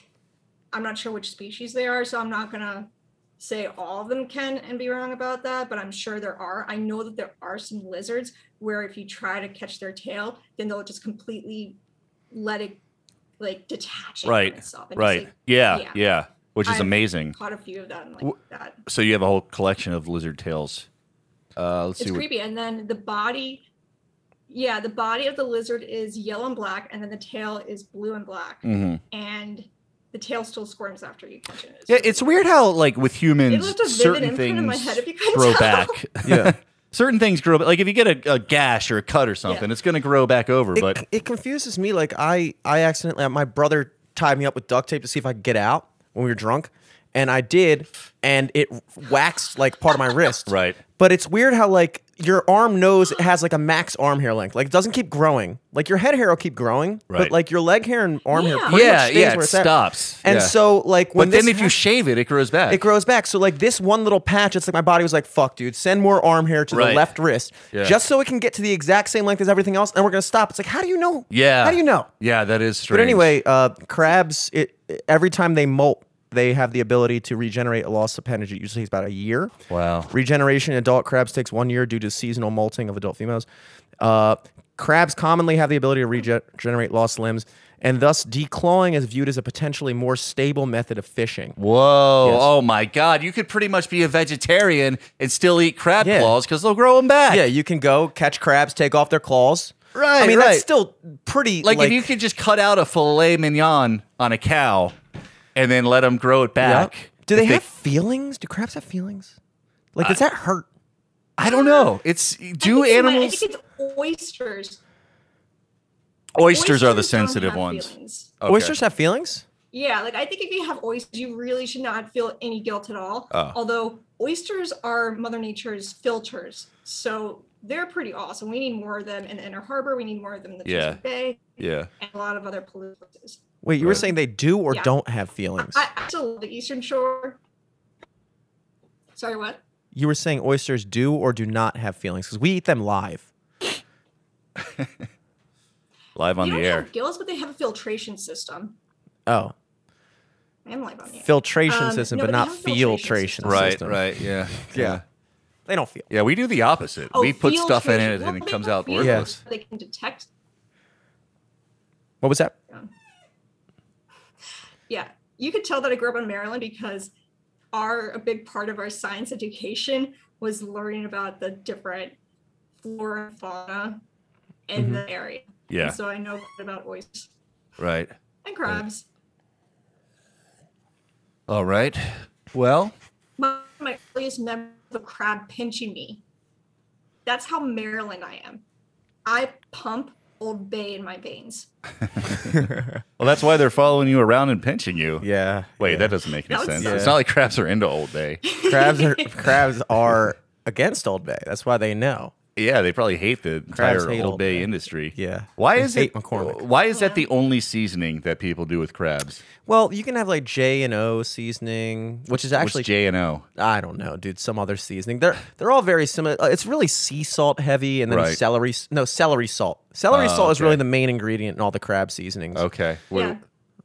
Speaker 4: I'm not sure which species they are, so I'm not gonna say all of them can and be wrong about that, but I'm sure there are. I know that there are some lizards where if you try to catch their tail, then they'll just completely let it like detach it
Speaker 1: Right,
Speaker 4: from itself. and just,
Speaker 1: Right.
Speaker 4: like,
Speaker 1: Yeah, yeah.
Speaker 4: yeah.
Speaker 1: Which is
Speaker 4: I've
Speaker 1: amazing.
Speaker 4: Caught a few of them like
Speaker 1: Wh-
Speaker 4: that.
Speaker 1: So you have a whole collection of lizard tails. Uh, let's
Speaker 4: It's
Speaker 1: see what
Speaker 4: creepy. And then the body, yeah, the body of the lizard is yellow and black, and then the tail is blue and black.
Speaker 3: Mm-hmm.
Speaker 1: Mhm.
Speaker 4: and the tail still squirms after you catch it.
Speaker 1: Yeah, it's weird how like with
Speaker 4: It
Speaker 1: humans
Speaker 4: left a vivid
Speaker 1: certain
Speaker 4: imprint
Speaker 1: things
Speaker 4: in my head, if you couldn't
Speaker 1: grow
Speaker 4: tell.
Speaker 1: back.
Speaker 3: Yeah.
Speaker 1: certain things grow back. Like if you get a, a gash or a cut or something, it's going to grow back over,
Speaker 3: it,
Speaker 1: but
Speaker 3: it confuses me. Like I, I accidentally, my brother tied me up with duct tape to see if I could get out when we were drunk, and I did, and it waxed like part of my wrist.
Speaker 1: Right.
Speaker 3: But it's weird how like your arm knows it has like a max arm hair length. Like it doesn't keep growing. Like your head hair will keep growing,
Speaker 1: Right.
Speaker 3: but like your leg hair and arm hair
Speaker 4: Yeah.
Speaker 3: pretty
Speaker 1: Yeah,
Speaker 3: much stays
Speaker 1: yeah,
Speaker 3: where
Speaker 1: it
Speaker 3: it's at.
Speaker 1: stops.
Speaker 3: And
Speaker 1: Yeah.
Speaker 3: so like when
Speaker 1: But then
Speaker 3: this
Speaker 1: if you
Speaker 3: hap-
Speaker 1: shave it, it grows back.
Speaker 3: it grows back. So like this one little patch, it's like my body was like, "Fuck, dude, send more arm hair to
Speaker 1: Right.
Speaker 3: the left wrist,
Speaker 1: Yeah.
Speaker 3: just so it can get to the exact same length as everything else, and we're gonna stop." It's like, how do you know?
Speaker 1: Yeah.
Speaker 3: how do you know?
Speaker 1: Yeah, that is strange.
Speaker 3: But anyway, uh, crabs, it, every time they molt, they have the ability to regenerate a lost appendage. It usually takes about a year.
Speaker 1: Wow.
Speaker 3: Regeneration in adult crabs takes one year due to seasonal molting of adult females. Uh, crabs commonly have the ability to regenerate lost limbs, and thus declawing is viewed as a potentially more stable method of fishing.
Speaker 1: Whoa.
Speaker 3: Yes.
Speaker 1: Oh my God. You could pretty much be a vegetarian and still eat crab
Speaker 3: Yeah.
Speaker 1: claws because they'll grow them back.
Speaker 3: Yeah, you can go catch crabs, take off their claws.
Speaker 1: Right,
Speaker 3: I mean,
Speaker 1: right.
Speaker 3: that's still pretty.
Speaker 1: Like,
Speaker 3: Like,
Speaker 1: if you could just cut out a filet mignon on a cow and then let them grow it
Speaker 3: Yeah.
Speaker 1: back.
Speaker 3: do they
Speaker 1: If
Speaker 3: have feelings? Do crabs have feelings? Like, does that hurt?
Speaker 1: I don't know. It's do
Speaker 4: I think it might-
Speaker 1: animals?
Speaker 4: I think it's oysters.
Speaker 1: Oysters are the
Speaker 4: don't have
Speaker 1: sensitive ones.
Speaker 4: feelings.
Speaker 1: Okay.
Speaker 3: Oysters have feelings?
Speaker 4: Yeah, like I think if you have oysters, you really should not feel any guilt at all.
Speaker 1: Oh.
Speaker 4: Although oysters are Mother Nature's filters, so they're pretty awesome. We need more of them in the Inner Harbor. We need more of them in the
Speaker 1: Yeah.
Speaker 4: Chesapeake Bay
Speaker 1: Yeah.
Speaker 4: and a lot of other polluted places.
Speaker 3: Wait, you were
Speaker 1: Right.
Speaker 3: saying they do or
Speaker 4: Yeah.
Speaker 3: don't have feelings?
Speaker 4: I, I still love the Eastern Shore. Sorry, what?
Speaker 3: you were saying oysters do or do not have feelings because we eat them live.
Speaker 1: Live on
Speaker 4: they
Speaker 1: the
Speaker 4: don't
Speaker 1: air.
Speaker 4: have gills, but they have a filtration system.
Speaker 3: Oh,
Speaker 4: I'm live on the air.
Speaker 3: filtration
Speaker 4: Um,
Speaker 3: system,
Speaker 4: no,
Speaker 3: but
Speaker 4: they
Speaker 3: not
Speaker 4: have filtration
Speaker 3: filtration.
Speaker 1: Right.
Speaker 3: system.
Speaker 1: Right. Yeah.
Speaker 3: Yeah. They don't feel.
Speaker 1: Yeah. We do the opposite.
Speaker 4: Oh,
Speaker 1: we put stuff in it
Speaker 4: filtration.
Speaker 1: and
Speaker 4: Well,
Speaker 1: it
Speaker 4: they
Speaker 1: comes
Speaker 4: have
Speaker 1: out
Speaker 4: feelings,
Speaker 1: worthless.
Speaker 4: They can detect
Speaker 3: What was that?
Speaker 4: Yeah, you could tell that I grew up in Maryland because our a big part of our science education was learning about the different flora and fauna in the area. And
Speaker 1: Mm-hmm. Yeah.
Speaker 4: So I know quite about oysters
Speaker 1: Right.
Speaker 4: and crabs.
Speaker 1: All right. Well.
Speaker 4: My, my earliest memory of a crab pinching me. That's how Maryland I am. I pump Old Bay in my veins.
Speaker 1: Well, that's why they're following you around and pinching you.
Speaker 3: Yeah.
Speaker 1: Wait, that doesn't make any
Speaker 4: That would
Speaker 1: sense.
Speaker 4: suck.
Speaker 1: It's not like crabs are into Old Bay.
Speaker 3: crabs are crabs are against Old Bay. That's why they know.
Speaker 1: Yeah, they probably hate the entire
Speaker 3: Crabs hate
Speaker 1: Old
Speaker 3: Old
Speaker 1: Bay,
Speaker 3: Bay.
Speaker 1: industry.
Speaker 3: Yeah.
Speaker 1: Why
Speaker 3: They
Speaker 1: is
Speaker 3: hate
Speaker 1: it?
Speaker 3: McCormick.
Speaker 1: Why is that the only seasoning that people do with crabs?
Speaker 3: Well, you can have like J and O seasoning, which is actually
Speaker 1: What's J and O?
Speaker 3: I don't know, dude. Some other seasoning. They're they're all very similar. Uh, It's really sea salt heavy, and then
Speaker 1: Right.
Speaker 3: celery. s- No, celery salt. Celery
Speaker 1: Oh,
Speaker 3: salt is
Speaker 1: okay.
Speaker 3: really the main ingredient in all the crab seasonings.
Speaker 1: Okay, Well,
Speaker 4: Yeah.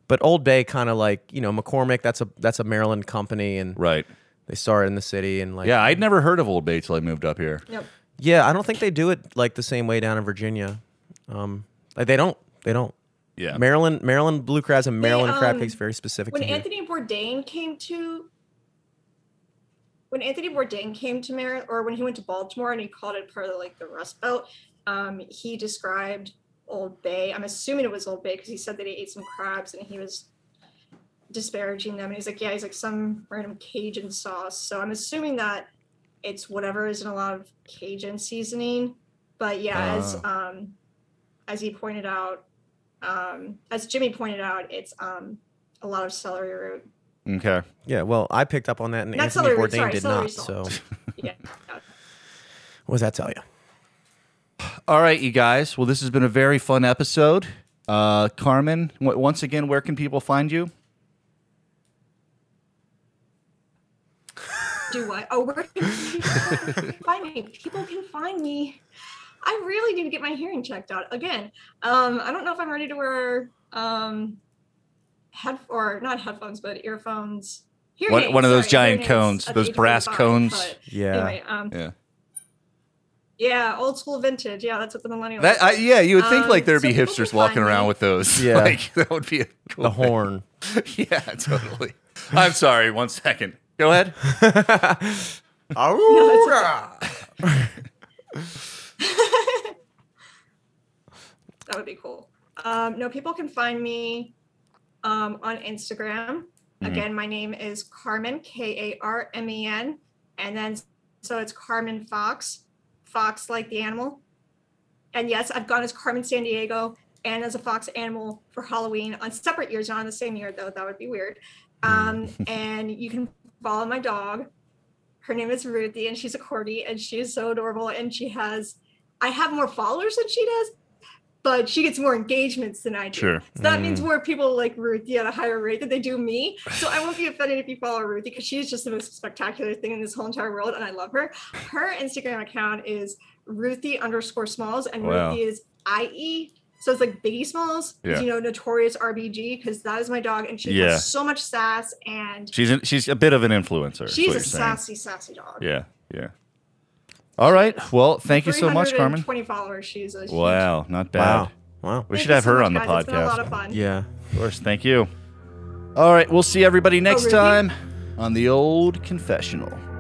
Speaker 3: But Old Bay kind of like you know McCormick. That's a that's a Maryland company, and
Speaker 1: right.
Speaker 3: they started in the city. And like
Speaker 1: Yeah, I'd never heard of Old Bay till I moved up here.
Speaker 4: Yep.
Speaker 3: yeah, I don't think they do it like the same way down in Virginia. Um, like they don't. They don't.
Speaker 1: Yeah,
Speaker 3: Maryland Maryland blue crabs and Maryland crab
Speaker 4: um,
Speaker 3: cakes very specific.
Speaker 4: when
Speaker 3: to here.
Speaker 4: Anthony Bourdain came to when Anthony Bourdain came to Maryland or when he went to Baltimore and he called it part of like the Rust Belt, um, he described Old Bay. I'm assuming it was Old Bay because he said that he ate some crabs and he was disparaging them. And he's like, yeah, he's like some random Cajun sauce. So I'm assuming that it's whatever is in a lot of Cajun seasoning. But yeah, as um, as he pointed out, um, as Jimmy pointed out, it's um, a lot of celery root
Speaker 1: okay.
Speaker 3: Yeah, well, I picked up on that, and
Speaker 4: Not
Speaker 3: Anthony
Speaker 4: celery root,
Speaker 3: Bourdain
Speaker 4: sorry,
Speaker 3: did
Speaker 4: celery
Speaker 3: not.
Speaker 4: salt.
Speaker 3: So
Speaker 4: yeah.
Speaker 3: what does that tell you?
Speaker 1: All right, you guys. Well, this has been a very fun episode. Uh, Carmen, w- once again, where can people find you?
Speaker 4: Do what? Oh, where can people find me? People can find me. I really need to get my hearing checked out again. Um, I don't know if I'm ready to wear um, head or not headphones, but earphones. Hearing
Speaker 1: One-
Speaker 4: aids,
Speaker 1: one of those
Speaker 4: sorry,
Speaker 1: giant
Speaker 4: hearing aids
Speaker 1: cones,
Speaker 4: at
Speaker 1: those
Speaker 4: the age of
Speaker 1: brass
Speaker 4: 45,
Speaker 1: cones.
Speaker 4: but
Speaker 3: Yeah.
Speaker 4: Anyway, um,
Speaker 1: Yeah,
Speaker 4: yeah, old school vintage. Yeah, that's what the millennials.
Speaker 1: that I, yeah. You would think
Speaker 4: Um,
Speaker 1: like there'd be
Speaker 4: so people
Speaker 1: hipsters
Speaker 4: can
Speaker 1: walking
Speaker 4: find
Speaker 1: around
Speaker 4: me.
Speaker 1: with those.
Speaker 3: Yeah.
Speaker 1: like that would be a cool
Speaker 3: The
Speaker 1: thing.
Speaker 3: horn.
Speaker 1: yeah, totally. I'm sorry. One second. Go ahead.
Speaker 4: that would be cool. Um, no, people can find me um, on Instagram. Again, my name is Carmen, K A R M E N. And then, so it's Carmen Fox, Fox like the animal. And yes, I've gone as Carmen San Diego and as a fox animal for Halloween on separate years, not on the same year though. That would be weird. Um, and you can follow my dog. Her name is Ruthie, and she's a corgi, and she is so adorable. And she has, I have more followers than she does, but she gets more engagements than I do.
Speaker 1: Sure. Mm.
Speaker 4: So that means more people like Ruthie at a higher rate than they do me. So I won't be offended if you follow Ruthie because she is just the most spectacular thing in this whole entire world, and I love her. Her Instagram account is Ruthie underscore Smalls, and
Speaker 1: Wow.
Speaker 4: Ruthie is I E. So it's like Biggie Smalls, 'cause
Speaker 1: Yeah.
Speaker 4: you know, notorious RBG, because that is my dog, and she
Speaker 1: Yeah.
Speaker 4: has so much sass, and
Speaker 1: She's an, she's a bit of an influencer. is
Speaker 4: she's
Speaker 1: what
Speaker 4: a
Speaker 1: you're saying.
Speaker 4: sassy, sassy dog.
Speaker 1: Yeah, yeah. All right. Well, thank you so much, Carmen.
Speaker 4: Twenty followers. She's a huge-
Speaker 1: Wow, not bad.
Speaker 3: Wow. Wow.
Speaker 1: We
Speaker 4: Thank
Speaker 1: should
Speaker 4: you
Speaker 1: have
Speaker 4: so
Speaker 1: her
Speaker 4: much,
Speaker 1: on the
Speaker 4: guys. It's been a lot
Speaker 1: podcast.
Speaker 4: of fun.
Speaker 3: Yeah.
Speaker 1: Of course. Thank you. All right. We'll see everybody next
Speaker 4: really?
Speaker 1: time on the old confessional.